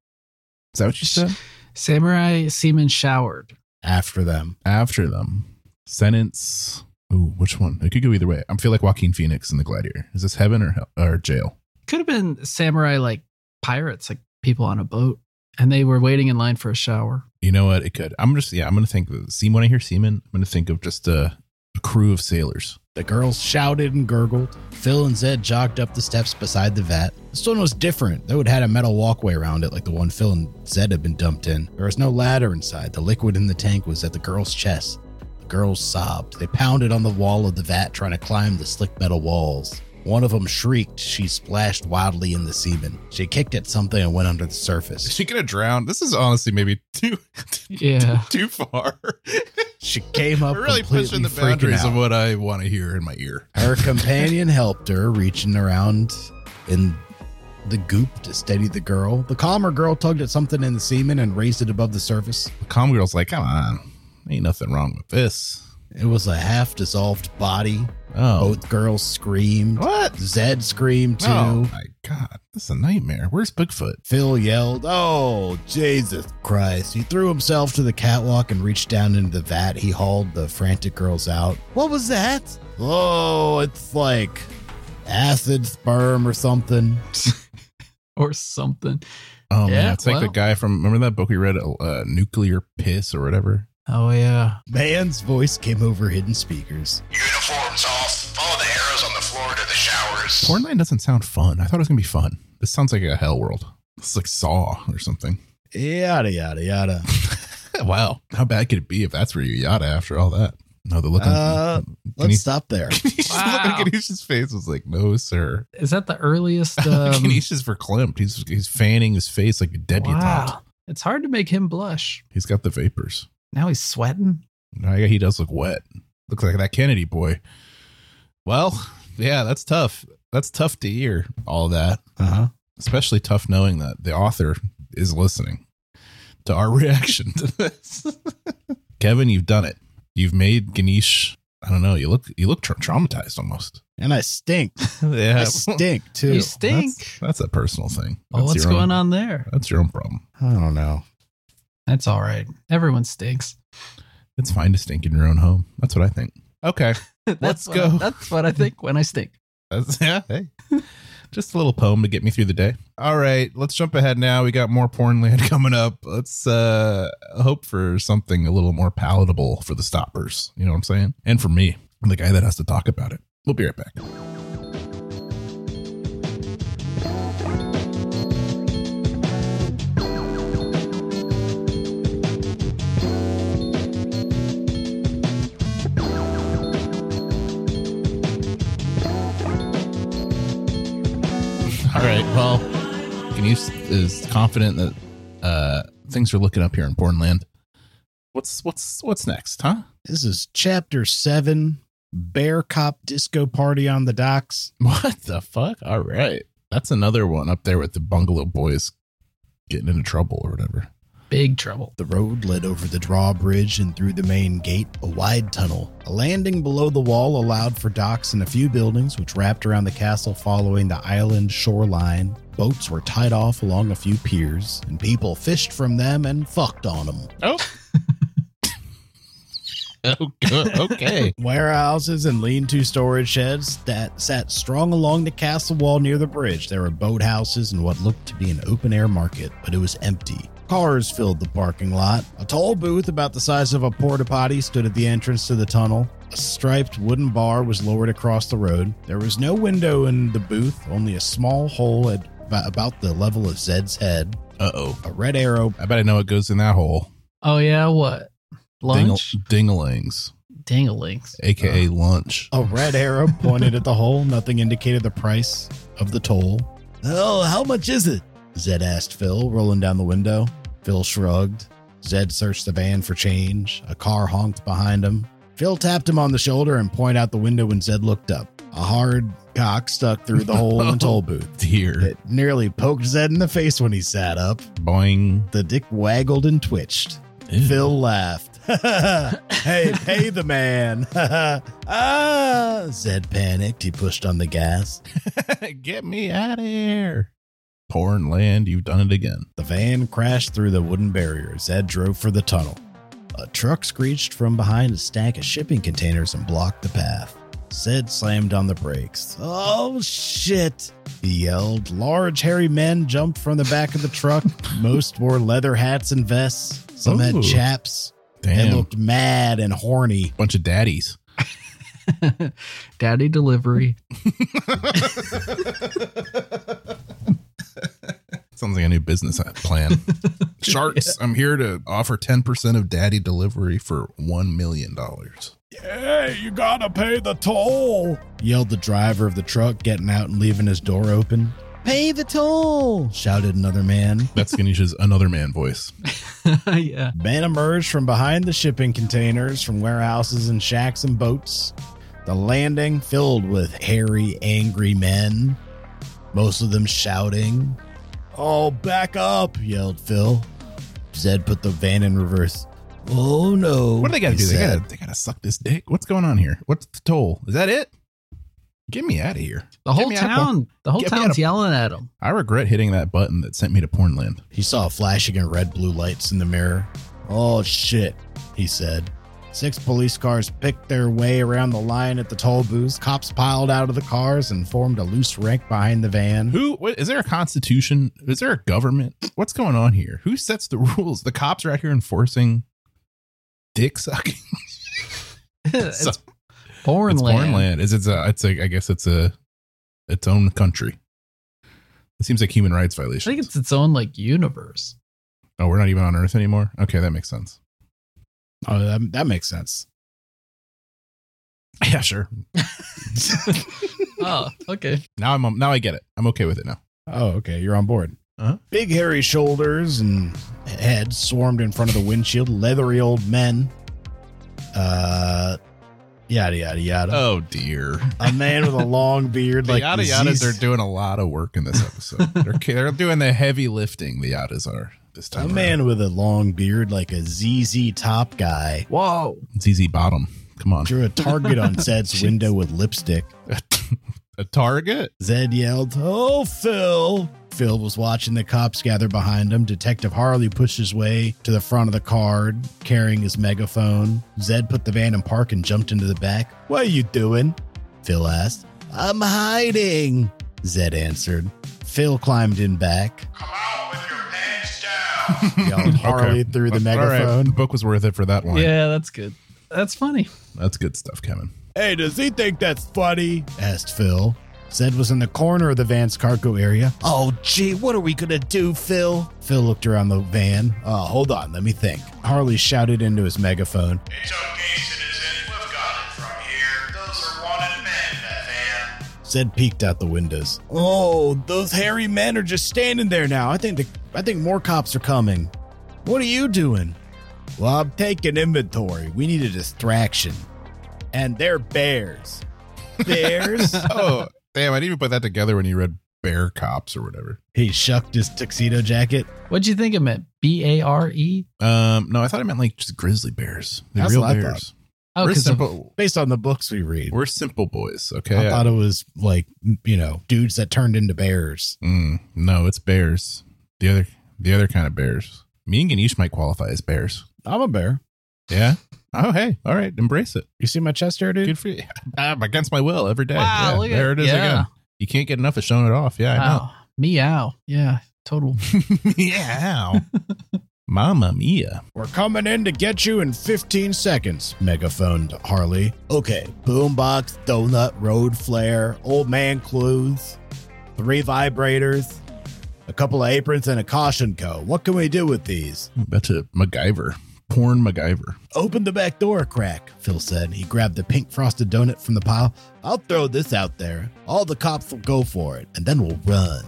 Is that what you said?
samurai seaman showered.
After them.
after them. Sentence. Ooh, which one? It could go either way. I feel like Joaquin Phoenix in The Gladiator. Is this heaven or hell, or jail?
Could have been samurai like pirates, like people on a boat, and they were waiting in line for a shower.
You know what? It could. I'm just yeah. I'm gonna think. See, when I hear seaman, I'm gonna think of just a, a crew of sailors.
The girls shouted and gurgled. Phil and Zed jogged up the steps beside the vat. This one was different, though it had a metal walkway around it like the one Phil and Zed had been dumped in. There was no ladder inside. The liquid in the tank was at the girl's chest. The girls sobbed. They pounded on the wall of the vat, trying to climb the slick metal walls. One of them shrieked. She splashed wildly in the semen. She kicked at something and went under the
Is
surface.
she gonna drown? This is honestly maybe too
Yeah.
too far.
She came up
We're really
completely
pushing the
freaking
boundaries
out.
of what I want to hear in my ear.
Her companion helped her, reaching around in the goop to steady the girl. The calmer girl tugged at something in the semen and raised it above the surface.
The calm girl's like, come on, ain't nothing wrong with this.
It was a half dissolved body.
Oh,
Both girls screamed.
what?
Zed screamed too.
Oh my god, this is a nightmare. Where's Bigfoot?
Phil yelled, Oh, Jesus Christ. He threw himself to the catwalk and reached down into the vat. He hauled the frantic girls out. What was that? Oh, it's like acid sperm or something.
Or something.
Oh
Yeah,
man, it's like the
well.
guy from remember that book we read, uh, Nuclear Piss or whatever.
Oh yeah.
Man's voice came over hidden speakers.
Uniforms off. Follow the arrows on the floor to the showers.
Pornland doesn't sound fun. I thought it was gonna be fun. This sounds like a hell world. This is like Saw or something.
Yada yada yada.
wow, how bad could it be if that's where you yada after all that? No, the look on
Uh,
can
Let's stop there.
Kenesha's
Wow.
look at Kenesha's face was like, no, sir.
Is that the earliest?
Um,
Um,
Kenesha's verklempt. He's he's fanning his face like a debutante.
wow. It's hard to make him blush.
He's got the vapors.
Now he's sweating.
No, yeah, he does look wet. Looks like that Kennedy boy. Well, Yeah, that's tough. That's tough to hear all that.
Uh huh.
Especially tough knowing that the author is listening to our reaction to this. Kevin, you've done it. You've made Ganesh. I don't know. You look you look tra- traumatized almost.
And I stink.
Yeah,
I stink too.
You stink.
That's, that's a personal thing.
oh,
That's
what's
your own-
going on there?
That's your own problem.
I don't know.
That's all right. Everyone stinks.
It's fine to stink in your own home. That's what I think. Okay.
that's
Let's
what
go.
I, that's what I think when I stink.
That's, yeah. Hey. Just a little poem to get me through the day. All right, let's jump ahead now. We got more Pornland coming up. Let's uh hope for something a little more palatable for the stoppers. You know what I'm saying? And for me, I'm the guy that has to talk about it. We'll be right back. All right. Well, Ganesh is confident that uh things are looking up here in Pornland. What's what's what's next, huh?
This is chapter seven. Bear cop disco party on the docks.
What the fuck? All right. That's another one up there with the bungalow boys getting into trouble or whatever.
Big trouble.
The road led over the drawbridge and through the main gate, a wide tunnel. A landing below the wall allowed for docks and a few buildings, which wrapped around the castle following the island shoreline. Boats were tied off along a few piers, and people fished from them and fucked on them.
Oh. okay.
Warehouses and lean to storage sheds that sat strong along the castle wall near the bridge. There were boathouses and what looked to be an open air market, but it was empty. Cars filled the parking lot. A tall booth about the size of a porta potty stood at the entrance to the tunnel. A striped wooden bar was lowered across the road. There was no window in the booth, only a small hole at about- about the level of Zed's head.
Uh oh.
A red arrow.
I bet I know what goes in that hole.
Oh yeah, what?
Dingle-
Lunch?
dinglings,
Dinglings.
aka
Uh-huh.
lunch.
A red arrow pointed at the hole. Nothing indicated the price of the toll. Oh, how much is it? Zed asked Phil, rolling down the window. Phil shrugged. Zed searched the van for change. A car honked behind him. Phil tapped him on the shoulder and pointed out the window when Zed looked up. A hard cock stuck through the hole in the toll booth.
Oh, Dear.
It nearly poked Zed in the face when he sat up.
Boing.
The dick waggled and twitched. Phil laughed. hey, pay the man. ah, Zed panicked. He pushed on the gas.
Get me out of here. Porn land, you've done it again.
The van crashed through the wooden barrier. Zed drove for the tunnel. A truck screeched from behind a stack of shipping containers and blocked the path. Zed slammed on the brakes. Oh, shit! He yelled. Large, hairy men jumped from the back of the truck. Most wore leather hats and vests. Some
Ooh.
had chaps and
Damn.
looked mad and horny.
Bunch of daddies.
Daddy delivery.
Sounds like a new business plan. Sharks, I'm here to offer 10% of daddy delivery for $1 million.
Yeah, you gotta pay the toll, yelled the driver of the truck, getting out and leaving his door open. Pay the toll, shouted another man.
That's Ganesha's another man voice.
yeah.
Men emerged from behind the shipping containers, from warehouses and shacks and boats. The landing filled with hairy, angry men, most of them shouting. Oh, back up, yelled Phil. Zed put the van in reverse. Oh no.
What do they got to
he
do? They
said.
got to they gotta suck this dick. What's going on here? What's the toll? Is that it? Get me out of here.
The whole
me out of
town. The whole
Get me out
town's
of-
yelling at him.
I regret hitting that button that sent me to Pornland.
He saw flashing and red blue lights in the mirror. Oh shit, he said. Six police cars picked their way around the line at the toll booth. Cops piled out of the cars and formed a loose rank behind the van.
Who what, is there a constitution? Is there a government? What's going on here? Who sets the rules? The cops are out here enforcing dick sucking.
it's
So-
foreign
it's
land.
Pornland. Is it's a it's a I guess it's a its own country. It seems like human rights
I
violations.
think it's its own like universe.
oh, we're not even on Earth anymore. Okay, that makes sense.
Oh, that, that makes sense.
Yeah, sure.
oh, okay.
Now I'm now I get it. I'm okay with it now.
Oh, okay, you're on board.
Uh-huh.
Big hairy shoulders and head swarmed in front of the windshield. Leathery old men. Uh, Yada yada yada.
Oh dear.
a man with a long beard,
The
like
yada
disease-
yadas are doing a lot of work in this episode. they're, they're doing the heavy lifting. The yadas are this
A
time.
Oh, man with a long beard, like a ZZ Top guy,
Whoa.
around. ZZ Bottom. Come on.
drew a target on Zed's window with lipstick.
a target.
Zed yelled, Oh, Phil! Phil was watching the cops gather behind him. Detective Harley pushed his way to the front of the car, carrying his megaphone. Zed put the van in park and jumped into the back. What are you doing? Phil asked. I'm hiding, Zed answered. Phil climbed in back,
Come out with your pants down.
yelled Harley through the
All right,
megaphone.
The book was worth it for that one.
Yeah, that's good. That's funny.
That's good stuff, Kevin.
Hey, does he think that's funny? asked Phil. Zed was in the corner of the van's cargo area. Oh, gee, what are we gonna do, Phil? Phil looked around the van. Oh, hold on, let me think. Harley shouted into his megaphone.
it's okay, citizen. We've got it from here. Those are wanted men, that van.
Zed peeked out the windows. Oh, those hairy men are just standing there now. I think the, I think more cops are coming. What are you doing? Well, I'm taking inventory. We need a distraction. And they're bears. Bears?
Oh, damn. I didn't even put that together when you read Bear Cops or whatever.
he shucked his tuxedo jacket.
What'd you think it meant? B A R E?
Um, no, I thought I meant like just grizzly bears. They're
That's
real
what I
bears.
Oh,
we're
because of
simple.
based on the books we read.
We're simple boys. Okay.
I thought it was like you know dudes that turned into bears.
Mm, no, it's bears. The other, the other kind of bears. Me and Ganesh might qualify as bears.
I'm a bear.
Yeah. Oh, hey. All right. Embrace it.
You see my chest hair, dude?
Good for you. I'm against my will every day.
Wow,
Yeah,
look at-
there it is
yeah.
again. You can't get enough of showing it off. Yeah, I know.
Wow. Oh, Meow. Yeah. Total.
yeah. Mama mia.
We're coming in to get you in 15 seconds. Megaphoned Harley. Okay, boombox, donut, road flare, old man clues, three vibrators, a couple of aprons, and a caution co. What can we do with these?
That's a MacGyver. Porn MacGyver.
Open the back door a crack, Phil said. He grabbed the pink frosted donut from the pile. I'll throw this out there. All the cops will go for it, and then we'll run.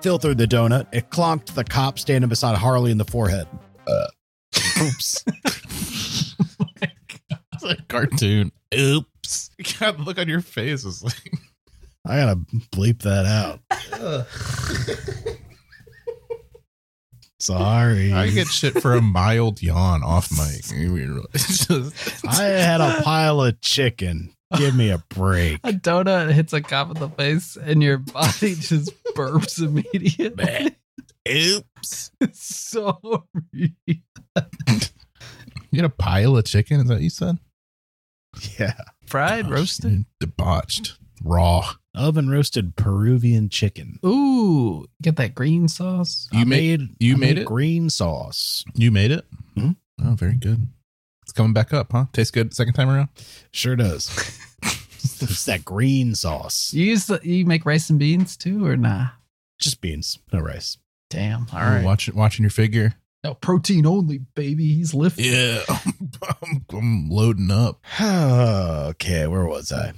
Phil threw the donut. It clonked the cop standing beside Harley in the forehead.
Oops. it's a cartoon. Oops. God, the look on your face is like
I gotta bleep that out. Sorry.
I get shit for a mild yawn off mic. You realize- It's just-
I had a pile of chicken. Give me a break.
A donut hits a cop in the face and your body just burps immediately.
Oops.
Sorry.
You had a pile of chicken, is that what you said?
Yeah.
Fried, roasted.
Debauched. Raw.
Oven roasted Peruvian chicken.
Ooh, get that green sauce.
You
I
made- you
I
made it?
green sauce.
You made it?
Mhm.
Oh, very good. It's coming back up, huh? Tastes good second time around?
Sure does. it's that green sauce.
You use the, you make rice and beans too, or nah?
Just beans, no rice.
Damn. All
Ooh,
right.
Watch, watching your figure.
No protein only, baby. He's lifting.
Yeah. I'm, I'm loading up.
okay, where was I?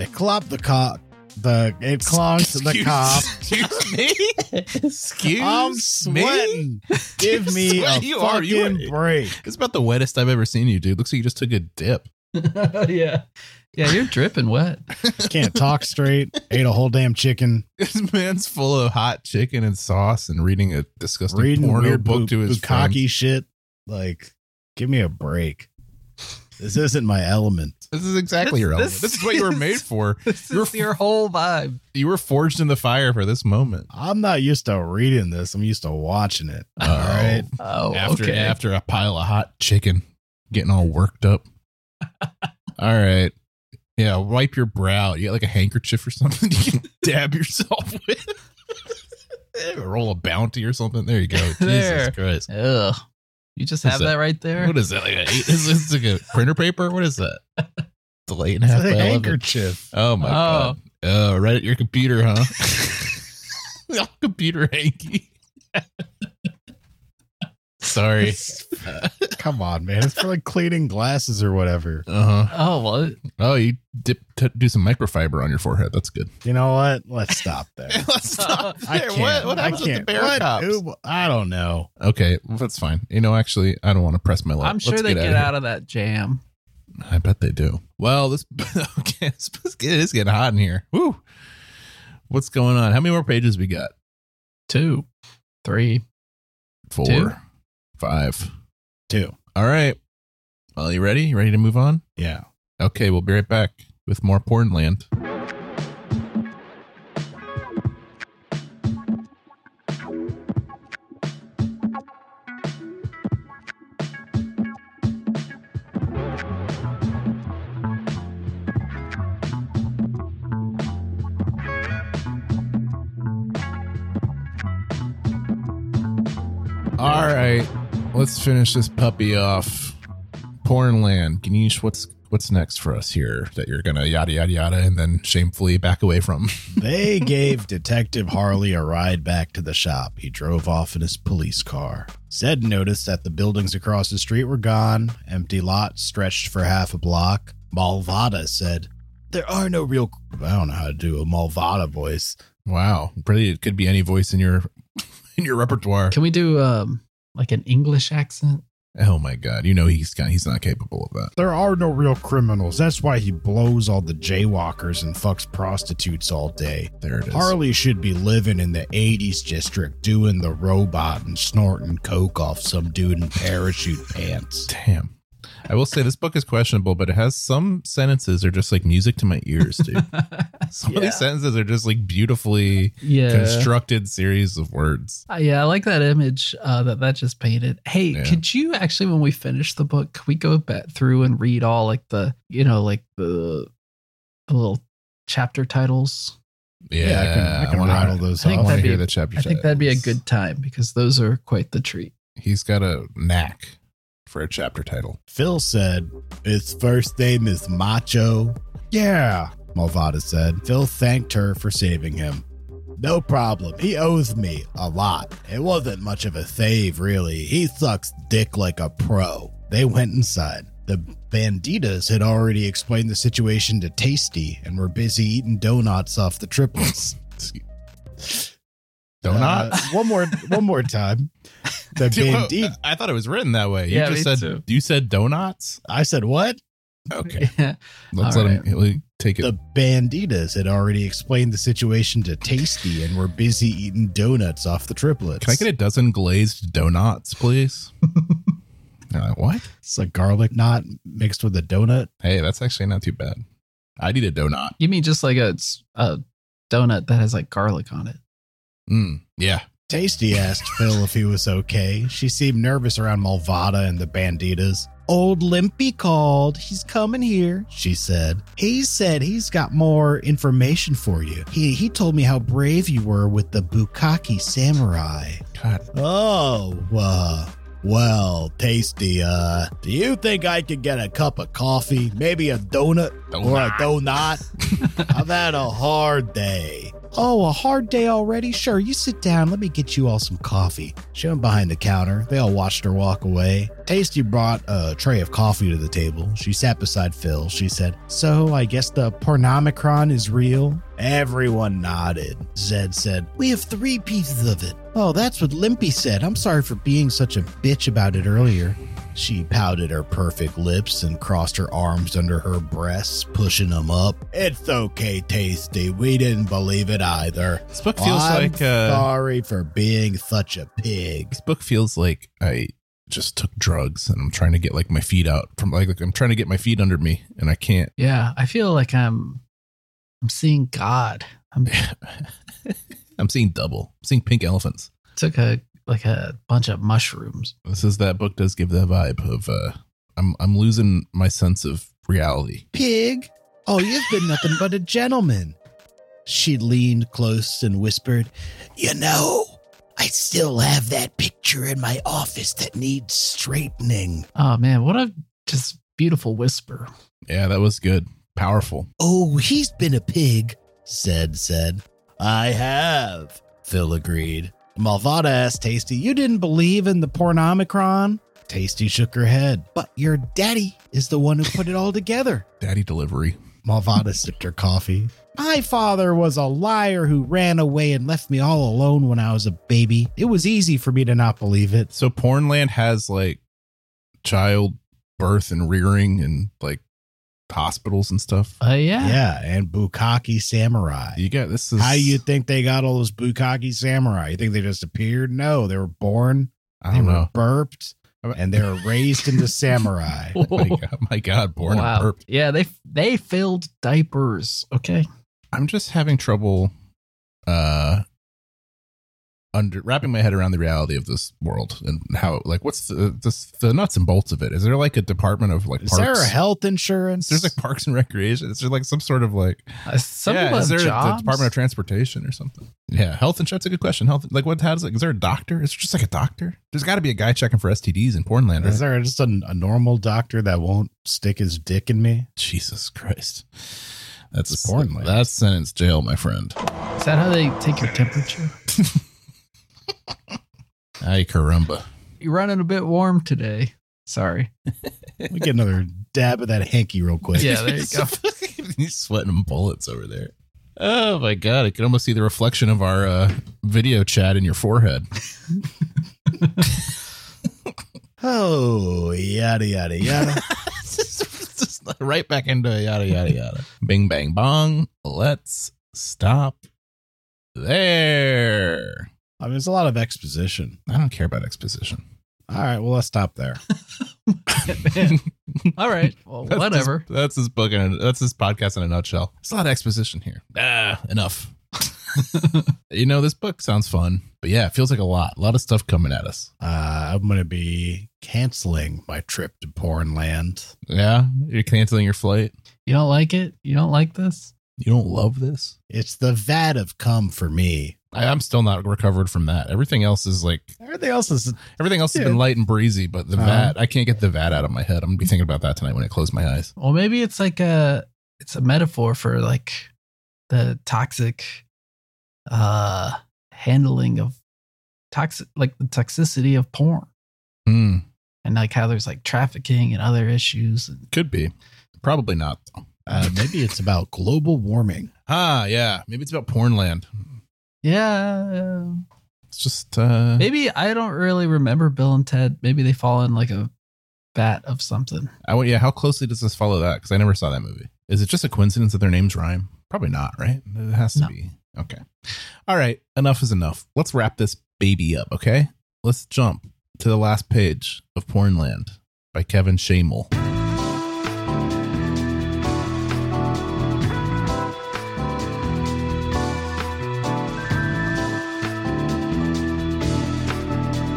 It clopped the cop. The it clonked the
Excuse-
cop.
Excuse me? Excuse
I'm
me?
sweating. Give me
Sweat
a
you are, you are-
fucking break.
It's about the wettest I've ever seen you, dude. Looks like you just took a dip.
yeah. Yeah, you're dripping wet.
Can't talk straight. Ate a whole damn chicken.
This man's full of hot chicken and sauce and reading a disgusting
reading
porno
weird
book to his friends.
cocky shit. Like, give me a break. This isn't my element.
This is exactly
This-
your element.
this
This is what you were
is-
made for.
This
You're
is your whole vibe.
You were forged in the fire for this moment.
I'm not used to reading this. I'm used to watching it. All right.
Oh,
after
okay.
after a pile of hot chicken, getting all worked up. all right. Yeah, wipe your brow. You got like a handkerchief or something you can dab yourself with. Roll a bounty or something. There you go.
There.
Jesus Christ.
Ugh. You just
What's
have
that?
that? right there.
What is that? Like a, is this like a printer paper? What is that? It's late and a half
It's
by
a
11.
handkerchief.
Oh my
Oh.
god. Oh, right at your computer, huh? Y'all computer hanky. Sorry.
Come on, man. It's for like cleaning glasses or whatever.
Uh huh.
oh, well, it-
Oh, you dip t- do some microfiber on your forehead. That's good.
You know what? Let's stop there.
Let's
stop
I can't. I can't. What? Who- I don't know.
Okay, well, that's fine. You know, actually, I don't want to press my luck.
I'm sure
Let's
they get
outta
out of that jam.
I bet they do. Well, this okay, it's- it is getting hot in here. Woo! What's going on? How many more pages we got?
Two, three.
Four, five.
Two.
Two.
All right. Well, you ready? You ready to move on?
Yeah.
Okay, we'll be right back with more Pornland. All right, let's finish this puppy off. Pornland, Ganesh, what's what's next for us here that you're gonna yada yada yada and then shamefully back away from?
They gave Detective Harley a ride back to the shop. He drove off in his police car. Zed noticed that the buildings across the street were gone, empty lots stretched for half a block. Malvada said, There are no real. I don't know how to do a Malvada voice.
Wow, pretty. It could be any voice in your in your repertoire.
Can we do um like an English accent?
Oh my god, you know he's got, he's not capable of that.
There are no real criminals. That's why he blows all the jaywalkers and fucks prostitutes all day.
There it is.
Harley should be living in the 80s district doing the robot and snorting coke off some dude in parachute pants.
Damn. I will say this book is questionable, but it has some sentences are just like music to my ears, dude. Some of
Yeah.
these sentences are just like beautifully
Yeah.
constructed series of words.
Uh, yeah, I like that image uh, that that just painted. Hey,
Yeah.
could you actually, when we finish the book, could we go back through and read all like the, you know, like the, the little chapter titles?
Yeah,
I can, I can
wanna-
rattle those
I think
I want
off.
to
that'd be-
hear the chapter.
I think that'd be a
titles.
good time because those are quite the treat.
He's got a knack for a chapter title.
Phil said, His first name is Macho. Yeah, Malvada said. Phil thanked her for saving him. No problem. He owes me a lot. It wasn't much of a save, really. He sucks dick like a pro. They went inside. The banditas had already explained the situation to Tasty and were busy eating donuts off the triplets.
Donut.
Uh, one more, one more time. The
Dude, whoa,
bandit.
I thought it was written that way. You
Yeah,
just
me
said
too.
you said donuts.
I said what?
Okay,
Yeah.
let's
All
let him he'll take it.
The banditas had already explained the situation to Tasty and were busy eating donuts off the triplets.
Can I get a dozen glazed donuts, please? Uh, what?
It's a garlic knot mixed with a donut.
Hey, that's actually not too bad. I need a donut.
You mean just like a, s- a donut that has like garlic on it?
Mm, yeah.
Tasty asked Phil if he was okay. She seemed nervous around Malvada and the banditas. Old Limpy called. He's coming here, she said. He said he's got more information for you. He he told me how brave you were with the Bukaki samurai.
God.
Oh, uh, well, tasty. Uh, do you think I could get a cup of coffee, maybe a donut or a donut? I've had a hard day. Oh, a hard day already? Sure, you sit down. Let me get you all some coffee. She went behind the counter. They all watched her walk away. Tasty brought a tray of coffee to the table. She sat beside Phil. She said, So I guess the Pornomicron is real? Everyone nodded. Zed said, We have three pieces of it. Oh, that's what Limpy said. I'm sorry for being such a bitch about it earlier. She pouted her perfect lips and crossed her arms under her breasts, pushing them up. It's okay, Tasty. We didn't believe it either.
This book feels
I'm
like uh,
sorry for being such a pig.
this book feels like I just took drugs and I'm trying to get like my feet out from like, like I'm trying to get my feet under me and I can't.
Yeah. I feel like I'm, I'm seeing God. I'm
I'm seeing double. I'm seeing pink elephants.
took a, like a bunch of mushrooms.
This is that book does give the vibe of uh I'm I'm losing my sense of reality.
Pig? Oh, you've been nothing but a gentleman. She leaned close and whispered, You know, I still have that picture in my office that needs straightening.
Oh man. What a just beautiful whisper.
Yeah, that was good. Powerful.
Oh, he's been a pig, Zed said. I have, Phil agreed. Malvada asked Tasty, You didn't believe in the Pornomicron? Tasty shook her head. But your daddy is the one who put it all together.
Daddy delivery.
Malvada sipped her coffee. My father was a liar who ran away and left me all alone when I was a baby. It was easy for me to not believe it.
So Pornland has like child birth and rearing and like hospitals and stuff.
Uh, yeah.
Yeah, and Bukaki Samurai.
You got this is
How you think they got all those Bukaki Samurai? You think they just appeared? No, they were born,
I
they
don't
were
know.
burped,
I'm-
and they were raised into samurai.
my, God, my God, born and
wow.
burped.
Yeah, they they filled diapers. Okay.
I'm just having trouble uh under wrapping my head around the reality of this world and how like what's the this, the nuts and bolts of it? Is there like a department of like
Is
parks?
there a health insurance?
There's like parks and recreation. Is there like some sort of like
Uh, some
yeah,
people
is there
have
a- the
jobs.
Department of Transportation or something? Yeah, health insurance. That's a good question. Health, like what? How does it? Is there a doctor? Is there just like a doctor? There's got to be a guy checking for STDs in Pornland. Right?
Is there just a, a normal doctor that won't stick his dick in me?
Jesus Christ, that's
It's
a
Pornland.
That's sentence jail, my friend.
Is that how they take your temperature?
Ay caramba.
You're running a bit warm today. Sorry.
Let me get another dab of that hanky real quick.
Yeah, there you go.
He's sweating bullets over there. Oh my god! I can almost see the reflection of our uh, video chat in your forehead.
Oh, yada yada yada.
just, just right back into yada yada yada. Bing bang bong. Let's stop there.
I mean, it's a lot of exposition.
I don't care about exposition.
All right, well, let's stop there.
Man. All right. Well,
That's
whatever.
this- that's this book and that's this podcast in a nutshell. It's a lot of exposition here. Ah, enough. you know, this book sounds fun, but yeah, it feels like a lot. A lot of stuff coming at us.
Uh, I'm going to be canceling my trip to Pornland.
Yeah, you're canceling your flight.
You don't like it? You don't like this?
You don't love this.
It's the vat of cum for me.
I, I'm still not recovered from that. Everything else is like
Everything else is
everything else has been
Yeah.
light and breezy, but the
Uh-huh.
vat I can't get the vat out of my head. I'm gonna be thinking about that tonight when I close my eyes.
Well, maybe it's like a it's a metaphor for like the toxic uh handling of toxic like the toxicity of porn
Hmm.
and like how there's like trafficking and other issues.
Could be, probably not. though.
uh, maybe it's about global warming.
Ah, yeah, maybe it's about Pornland.
Yeah.
It's just uh,
Maybe I don't really remember Bill and Ted. Maybe they fall in like a bat of something.
I want yeah. How closely does this follow that? Because I never saw that movie. Is it just a coincidence that their names rhyme? Probably not, right? It has to
No.
be. Okay. All right. Enough is enough. Let's wrap this baby up. Okay. Let's jump to the last page of Pornland by Kevin Shamel.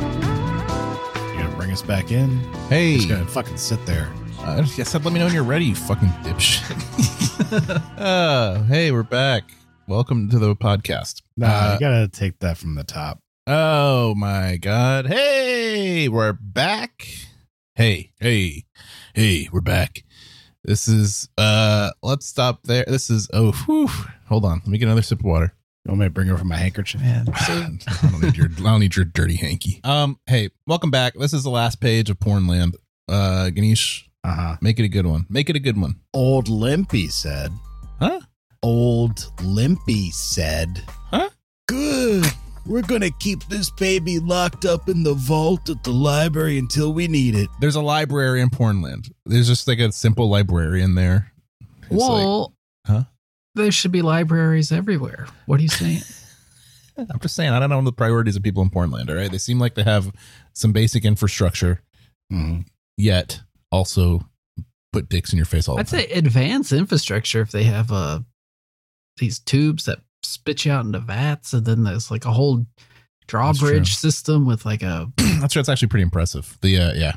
You're going to bring us back in.
Hey,
Just going to fucking sit there.
I just I said, Uh, let me know when you're ready, you fucking dipshit. uh, hey, we're back. Welcome to the podcast.
No,
Uh,
you got to take that from the top.
Oh my god. Hey, we're back. Hey, hey, hey, we're back. This is uh let's stop there. This is oh whew. hold on. Let me get another sip of water.
You want me to bring over my handkerchief?
Man.
I don't need your I don't need your dirty hanky. Um, hey, welcome back. This is the last page of Pornland. Uh Ganesh,
Uh huh.
make it a good one. Make it a good one.
Old Limpy said.
Huh?
Old Limpy said.
Huh?
Good. We're going to keep this baby locked up in the vault at the library until we need it.
There's a library in Pornland. There's just like a simple librarian there. It's like-
Well,
Huh?
there should be libraries everywhere. What are you saying?
I'm just saying, I don't know the priorities of people in Portland. All right, they seem like they have some basic infrastructure,
Mm-hmm.
yet also put dicks in your face all the
I'd
time.
say advanced infrastructure if they have uh, these tubes that spit you out into vats, and then there's like a whole drawbridge system with like a
That's that's actually pretty impressive. The uh, yeah,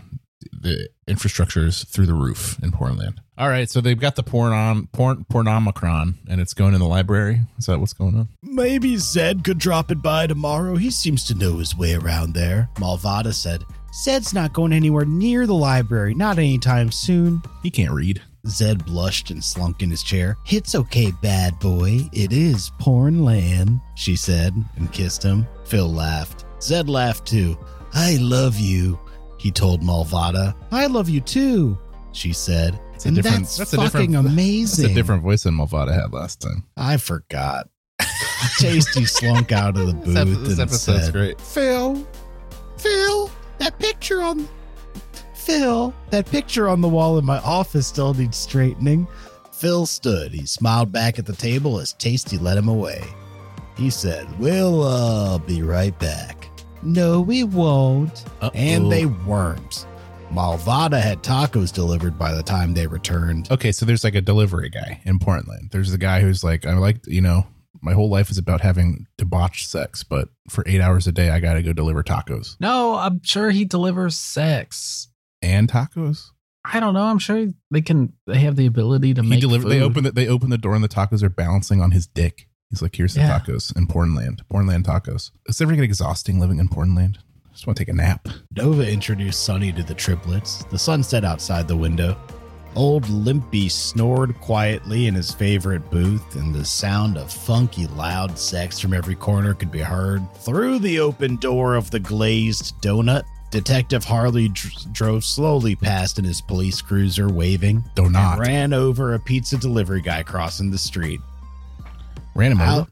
the infrastructure is through the roof in Portland. All right, so they've got the porn on porn pornomicron, and it's going in the library. Is that what's going on?
Maybe Zed could drop it by tomorrow. He seems to know his way around there. Malvada said. Zed's not going anywhere near the library, not anytime soon.
He can't read.
Zed blushed and slunk in his chair. It's okay, bad boy. It is porn land, she said and kissed him. Phil laughed. Zed laughed too. I love you, he told Malvada. I love you too, she said.
a
and
different-
that's,
that's a
fucking
different- It's
amazing.
a different voice than Malvada had last time.
I forgot. Tasty slunk out of the booth and said,
great.
Phil, Phil, that picture on Phil, that picture on the wall in my office still needs straightening. Phil stood. He smiled back at the table as Tasty led him away. He said, We'll uh, be right back. No, we won't. And they weren't. Malvada had tacos delivered by the time they returned.
Okay, so there's like a delivery guy in Portland. There's the guy who's like, I like, you know, my whole life is about having debauched sex, but for eight hours a day, I got to go deliver tacos
No, I'm sure he delivers sex.
and tacos.
I don't know. I'm sure they can. They have the ability to
He
make.
deliver. They
food.
open the, They open the door, and the tacos are balancing on his dick. He's like, "Here's the
Yeah.
tacos in Pornland. Pornland tacos. It's never get exhausting living in Pornland. I just want to take a nap."
Nova introduced Sonny to the triplets. The sun set outside the window. Old Limpy snored quietly in his favorite booth, and the sound of funky, loud sex from every corner could be heard through the open door of the glazed donut. Detective Harley dr- drove slowly past in his police cruiser, waving,
Do
and
not
ran over a pizza delivery guy crossing the street.
random.
Out,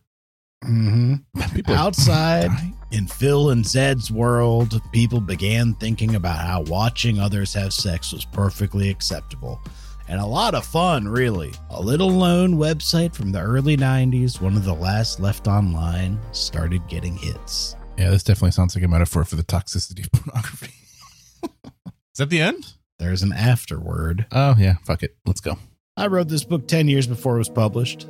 hmm
People are
outside,
dying.
in Phil and Zed's world, people began thinking about how watching others have sex was perfectly acceptable. And a lot of fun, really. A little known website from the early 90s, one of the last left online, started getting hits.
Yeah, this definitely sounds like a metaphor for the toxicity of pornography. Is that the end?
There's an afterword.
Oh yeah, fuck it. Let's go.
I wrote this book 10 years before it was published.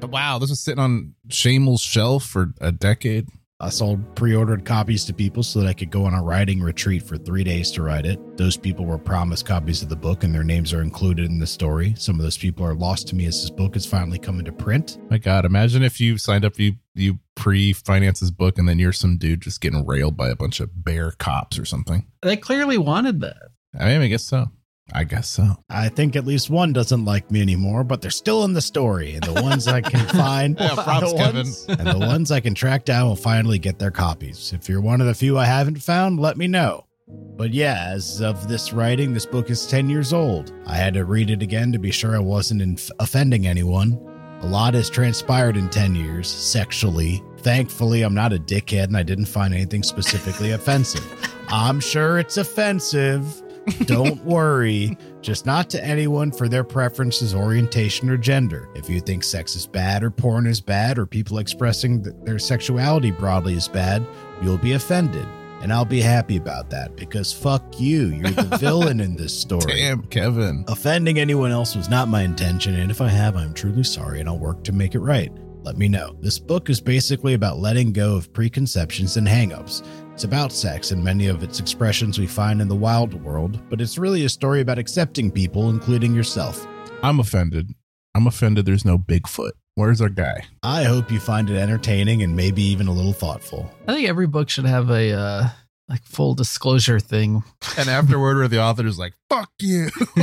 But wow, this was sitting on Shamel's shelf for a decade.
I sold pre ordered copies to people so that I could go on a writing retreat for three days to write it. Those people were promised copies of the book, and their names are included in the story. Some of those people are lost to me as this book is finally coming to print.
My God, imagine if you signed up, you you pre finance this book, and then you're some dude just getting railed by a bunch of bear cops or something.
They clearly wanted that.
I mean, I guess so. I guess so.
I think at least one doesn't like me anymore, but they're still in the story. And the ones I can find,
Yeah, props,
the ones, and the ones I can track down will finally get their copies. If you're one of the few I haven't found, let me know. But yeah, as of this writing, this book is 10 years old. I had to read it again to be sure I wasn't inf- offending anyone. A lot has transpired in 10 years, sexually. Thankfully, I'm not a dickhead and I didn't find anything specifically offensive. I'm sure it's offensive. Don't worry, just not to anyone for their preferences, orientation, or gender. If you think sex is bad, or porn is bad, or people expressing th- their sexuality broadly is bad, you'll be offended. And I'll be happy about that because fuck you. You're the villain in this story.
Damn, Kevin.
Offending anyone else was not my intention, and if I have, I'm truly sorry and I'll work to make it right. Let me know. This book is basically about letting go of preconceptions and hangups. It's about sex and many of its expressions we find in the wild world, but it's really a story about accepting people, including yourself.
I'm offended. I'm offended. There's no Bigfoot. Where's our guy?
I hope you find it entertaining and maybe even a little thoughtful.
I think every book should have a uh, like full disclosure thing.
And afterward, where the author is like, "Fuck you."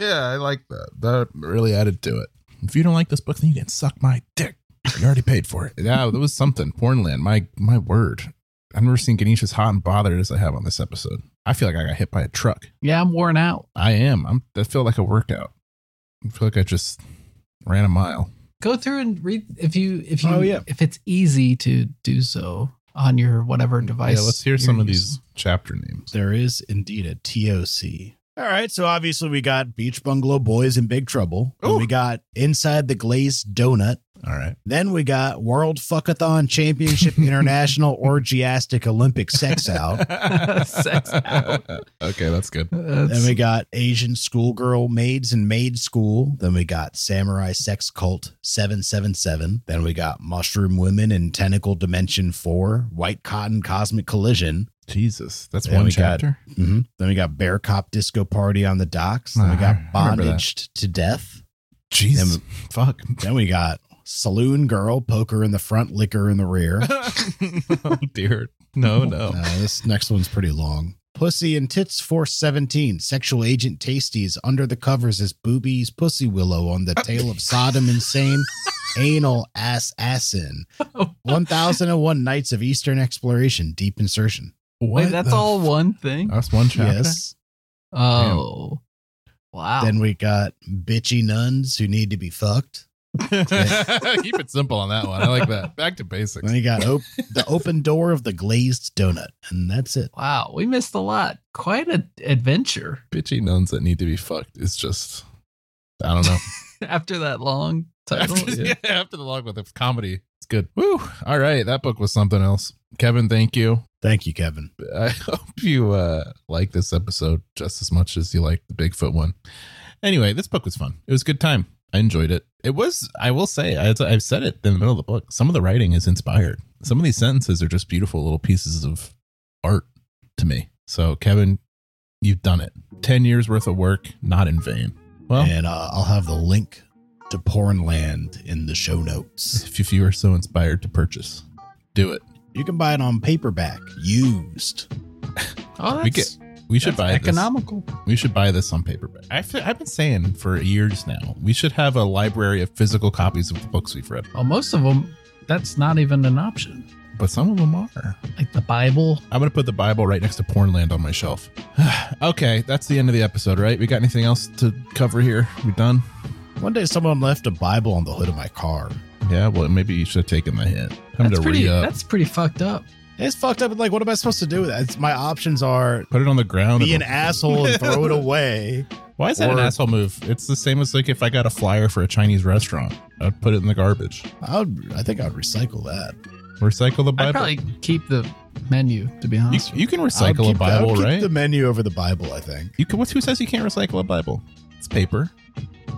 yeah, I like that. That really added to it. If you don't like this book, then you can suck my dick. You already paid for it. Yeah, that was something. Pornland. My my word. I've never seen Ganesh as hot and bothered as I have on this episode. I feel like I got hit by a truck.
Yeah, I'm worn out.
I am. I'm. I feel like a workout. I feel like I just ran a mile.
Go through and read if you if you
Oh, yeah.
if it's easy to do so on your whatever device.
yeah, let's hear
you're
some of
using.
these chapter names.
There is indeed a TOC. All right, so obviously we got Beach Bungalow Boys in Big Trouble. and
Ooh.
we got Inside the Glazed Donut.
All right.
Then we got World Fuckathon Championship International Orgiastic Olympic Sex Out.
Sex out.
Okay, that's good.
Uh, That's-
Then we got Asian Schoolgirl Maids and Maid School. Then we got Samurai Sex Cult 777. Then we got Mushroom Women in Tentacle Dimension 4, White Cotton Cosmic Collision.
Jesus, that's
Yeah,
one
we got-
chapter.
Mhm. Then we got Bear Cop Disco Party on the Docks. Then we
Ah,
got
I remember that.
Bondaged to Death.
Jesus, fuck.
Then we got Saloon Girl Poker in the Front, Liquor in the Rear.
oh dear. No, no.
Uh, this next one's pretty long. Pussy and Tits Force 17, Sexual Agent Tasties, Under the Covers as Boobies, Pussy Willow on the Tale of Sodom Insane, Anal Ass Assin, 1001 Nights of Eastern Exploration, Deep Insertion.
What
Wait, that's
the
all
f- Oh,
one thing.
That's one chapter.
Yes.
Oh, wow.
Then we got Bitchy Nuns Who Need to Be Fucked,
Keep it simple on that one. I like that. Back to basics.
Then you got op- the open door of the glazed donut, and that's it.
Wow, we missed a lot. Quite an adventure
Bitchy nuns that need to be fucked. It's just, I don't know.
after that long title.
after,
yeah.
yeah, after the log with the comedy, it's good. Woo! All right, that book was something else. Kevin, thank you.
Thank you, Kevin.
I hope you uh, like this episode just as much as you like the Bigfoot one. Anyway, this book was fun. It was a good time. I enjoyed it. It was, I will say, I, I've said it in the middle of the book. Some of the writing is inspired. Some of these sentences are just beautiful little pieces of art to me. So, Kevin, you've done it. 10 years worth of work, not in vain. Well,
And uh, I'll have the link to Pornland in the show notes.
if, if you are so inspired to purchase, do it.
You can buy it on paperback, used.
Oh, that's,
We get- We should
that's
buy this.
economical.
We should buy this on paperback. I feel, I've been saying for years now, we should have a library of physical copies of the books we've read,
Well, most of them, that's not even an option.
but some of them are.
Like the Bible.
I'm going to put the Bible right next to Pornland on my shelf. okay, that's the end of the episode, right? We got anything else to cover here? We done?
One day, someone left a Bible on the hood of my car.
Yeah, well, maybe you should have taken the hint. Time
That's
to
pretty.
re up.
That's pretty fucked up.
It's fucked up. Like, what am I supposed to do with that? It's, my options are
Put it on the ground.
be an
and-
asshole and throw it away.
Why is that an
or-
asshole move? It's the same as like if I got a flyer for a Chinese restaurant, I'd put it in the garbage.
I would, I think I'd recycle that.
Recycle the
I'd
Bible.
probably keep the menu to be
you,
honest. with
you can
I would
recycle a
keep the- I would
Bible,
keep
right?
The menu over the Bible, I think.
You can, what's who says you can't recycle a Bible? It's paper.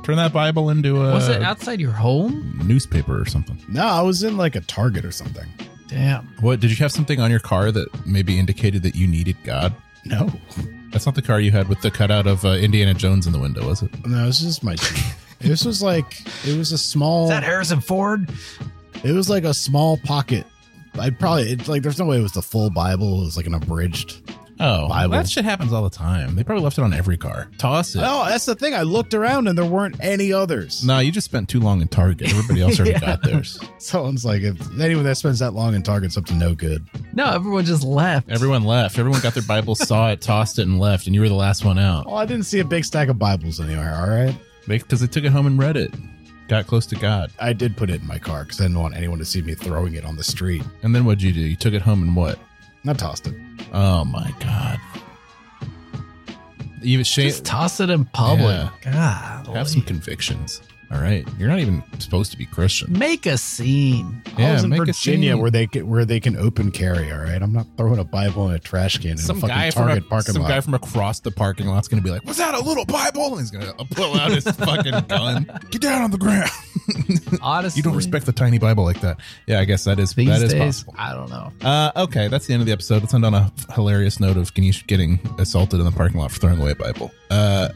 Turn that Bible into
you.
a
Was it outside your home?
newspaper or something.
No, I was in like a Target or something.
Damn.
What did you have something on your car that maybe indicated that you needed God?
No,
That's not the car you had with the cutout of uh, Indiana Jones in the window, was it?
no, this is my. this was like it was a small.
Is that Harrison Ford?
It was like a small pocket. I'd probably it's like there's no way it was the full Bible. It was like an abridged.
Oh,
Bible.
that shit happens all the time. They probably left it on every car. Toss it.
No, that's the thing. I looked around and there weren't any others.
No, you just spent too long in Target. Everybody else already
Yeah.
got theirs.
Someone's like, if anyone that spends that long in Target's up to no good.
No, everyone just left.
Everyone left. Everyone got their Bible, saw it, tossed it, and left. And you were the last one out
Oh, I didn't see a big stack of Bibles anywhere. All right,
because they took it home and read it. Got close to God.
I did put it in my car because I didn't want anyone to see me throwing it on the street.
And then what'd you do? You took it home and what?
I tossed it.
Oh my god. Even shame.
Just toss it in public. God.
have some convictions. All right, you're not even supposed to be Christian.
Make a scene.
I was in
make a
Virginia
scene.
where they can, where they can open carry. All right, I'm not throwing a Bible in a trash can in
some
a fucking
guy from a,
Target parking
some
lot.
guy from across the parking lot's gonna be like, "Was that a little Bible?" And he's gonna pull out his fucking gun. Get down on the ground.
Honestly,
you don't respect the tiny Bible like that. Yeah, I guess that is
these
that is
days.
possible.
I don't know.
Uh, okay, that's the end of the episode. Let's end on a hilarious note of Ganesh getting assaulted in the parking lot for throwing away a Bible. Uh,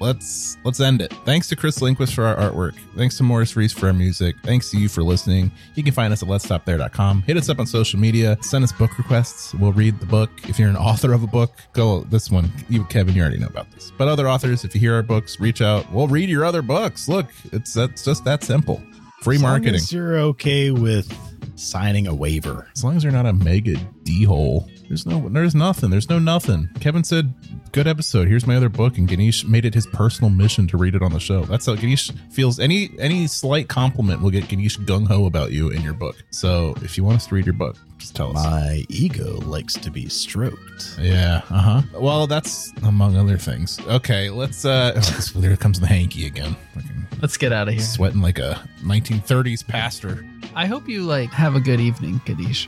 let's let's end it. Thanks to Chris Linquist for our artwork. Thanks to Morris Reese for our music. Thanks to you for listening. You can find us at letstopthere.com. Hit us up on social media. Send us book requests. We'll read the book. If you're an author of a book, go this one. You Kevin, you already know about this. But other authors, if you hear our books, reach out. We'll read your other books. Look, it's that's just that simple. Free
As long
marketing.
as you're okay with signing a waiver.
As long as you're not a mega d hole, there's no, there's nothing, there's no nothing. Kevin said, "Good episode. Here's my other book," and Ganesh made it his personal mission to read it on the show. That's how Ganesh feels. Any any slight compliment will get Ganesh gung ho about you in your book. So if you want us to read your book, just tell us.
My ego likes to be stroked.
Yeah. Uh huh. Well, that's among other things. Okay, let's. uh oh, There comes the hanky again. Fucking
Let's get out of here.
sweating like a 1930s pastor.
I hope you like have a good evening, Kadish.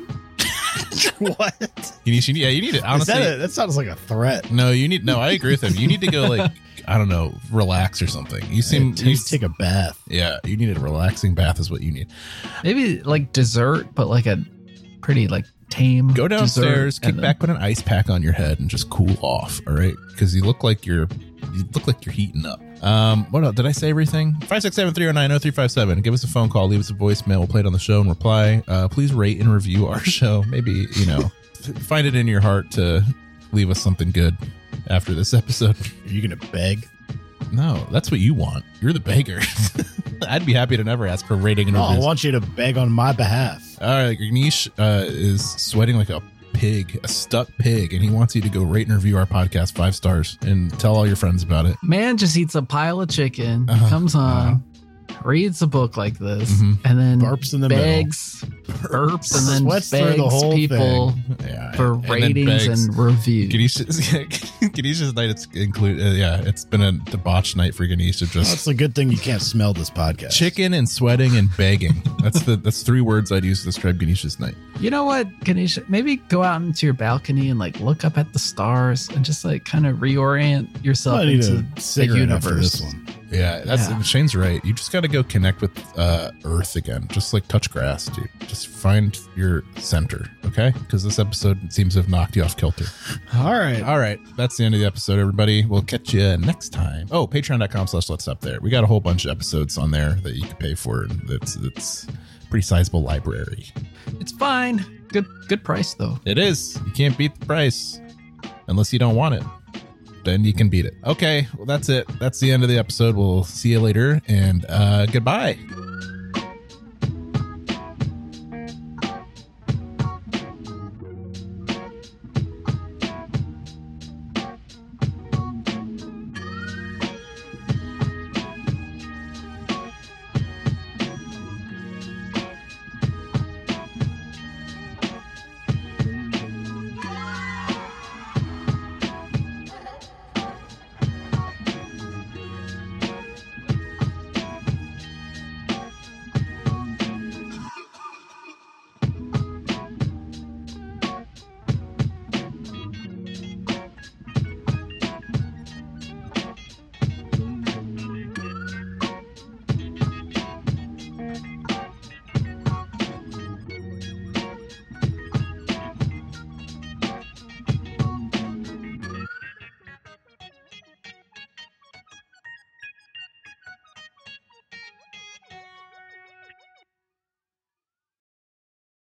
what?
Ganesh, you need, yeah, you need it.
Is
Honestly,
that, a, that sounds like a threat.
No, you need no. I agree with him. You need to go like I don't know, relax or something. You seem
Take-
you,
take a bath.
yeah. You need a relaxing bath is what you need.
Maybe like dessert, but like a pretty like tame.
Go
dessert
downstairs, kick
and then-
back, put an ice pack on your head, and just cool off. All right, because you look like you're you look like you're heating up. Um, what else? Did I say everything? 567-309-0357. Give us a phone call, leave us a voicemail. We'll play it on the show and reply. Uh, please rate and review our show. Maybe you know, find it in your heart to leave us something good after this episode.
Are you going to beg?
No, that's what you want. You're the beggar. I'd be happy to never ask for rating and
No, I
reviews.
want you to beg on my behalf.
All right, Ganesh uh, is sweating like a pig, a stuck pig, and he wants you to go rate and review our podcast five stars and tell all your friends about it.
Man just eats a pile of chicken.
Uh-huh,
comes on, reads a book like this
Mhm.
and then
Mm-hmm. Burps in the
begs, burps, and then
Sweats through the
begs
whole
people
middle. Yeah.
for
And then
ratings
begs.
and reviews.
Ganesha's, yeah, Ganesha's night. It's include. Uh, yeah, it's been a debauched night for Ganesha.
That's
Just
a good thing you can't smell this podcast.
chicken and sweating and begging. That's the that's three words I'd use to describe Ganesha's night.
You know what, Ganesha? Maybe go out into your balcony and like look up at the stars and just like kind of reorient yourself
I need
into
a cigarette after
universe.
this one.
Yeah, that's
Yeah.
Shane's right. You just got to go connect with uh, Earth again. Just like touch grass, dude. Just find your center, okay? Because this episode seems to have knocked you off kilter.
All right.
All right, that's the end of the episode, everybody. We'll catch you next time. Oh, patreon.com slash let's up there. We got a whole bunch of episodes on there that you can pay for. and It's, it's a pretty sizable library.
It's fine. Good good price though.
It is. You can't beat the price unless you don't want it. Then you can beat it. Okay, well, that's it. That's the end of the episode. We'll see you later and uh, goodbye.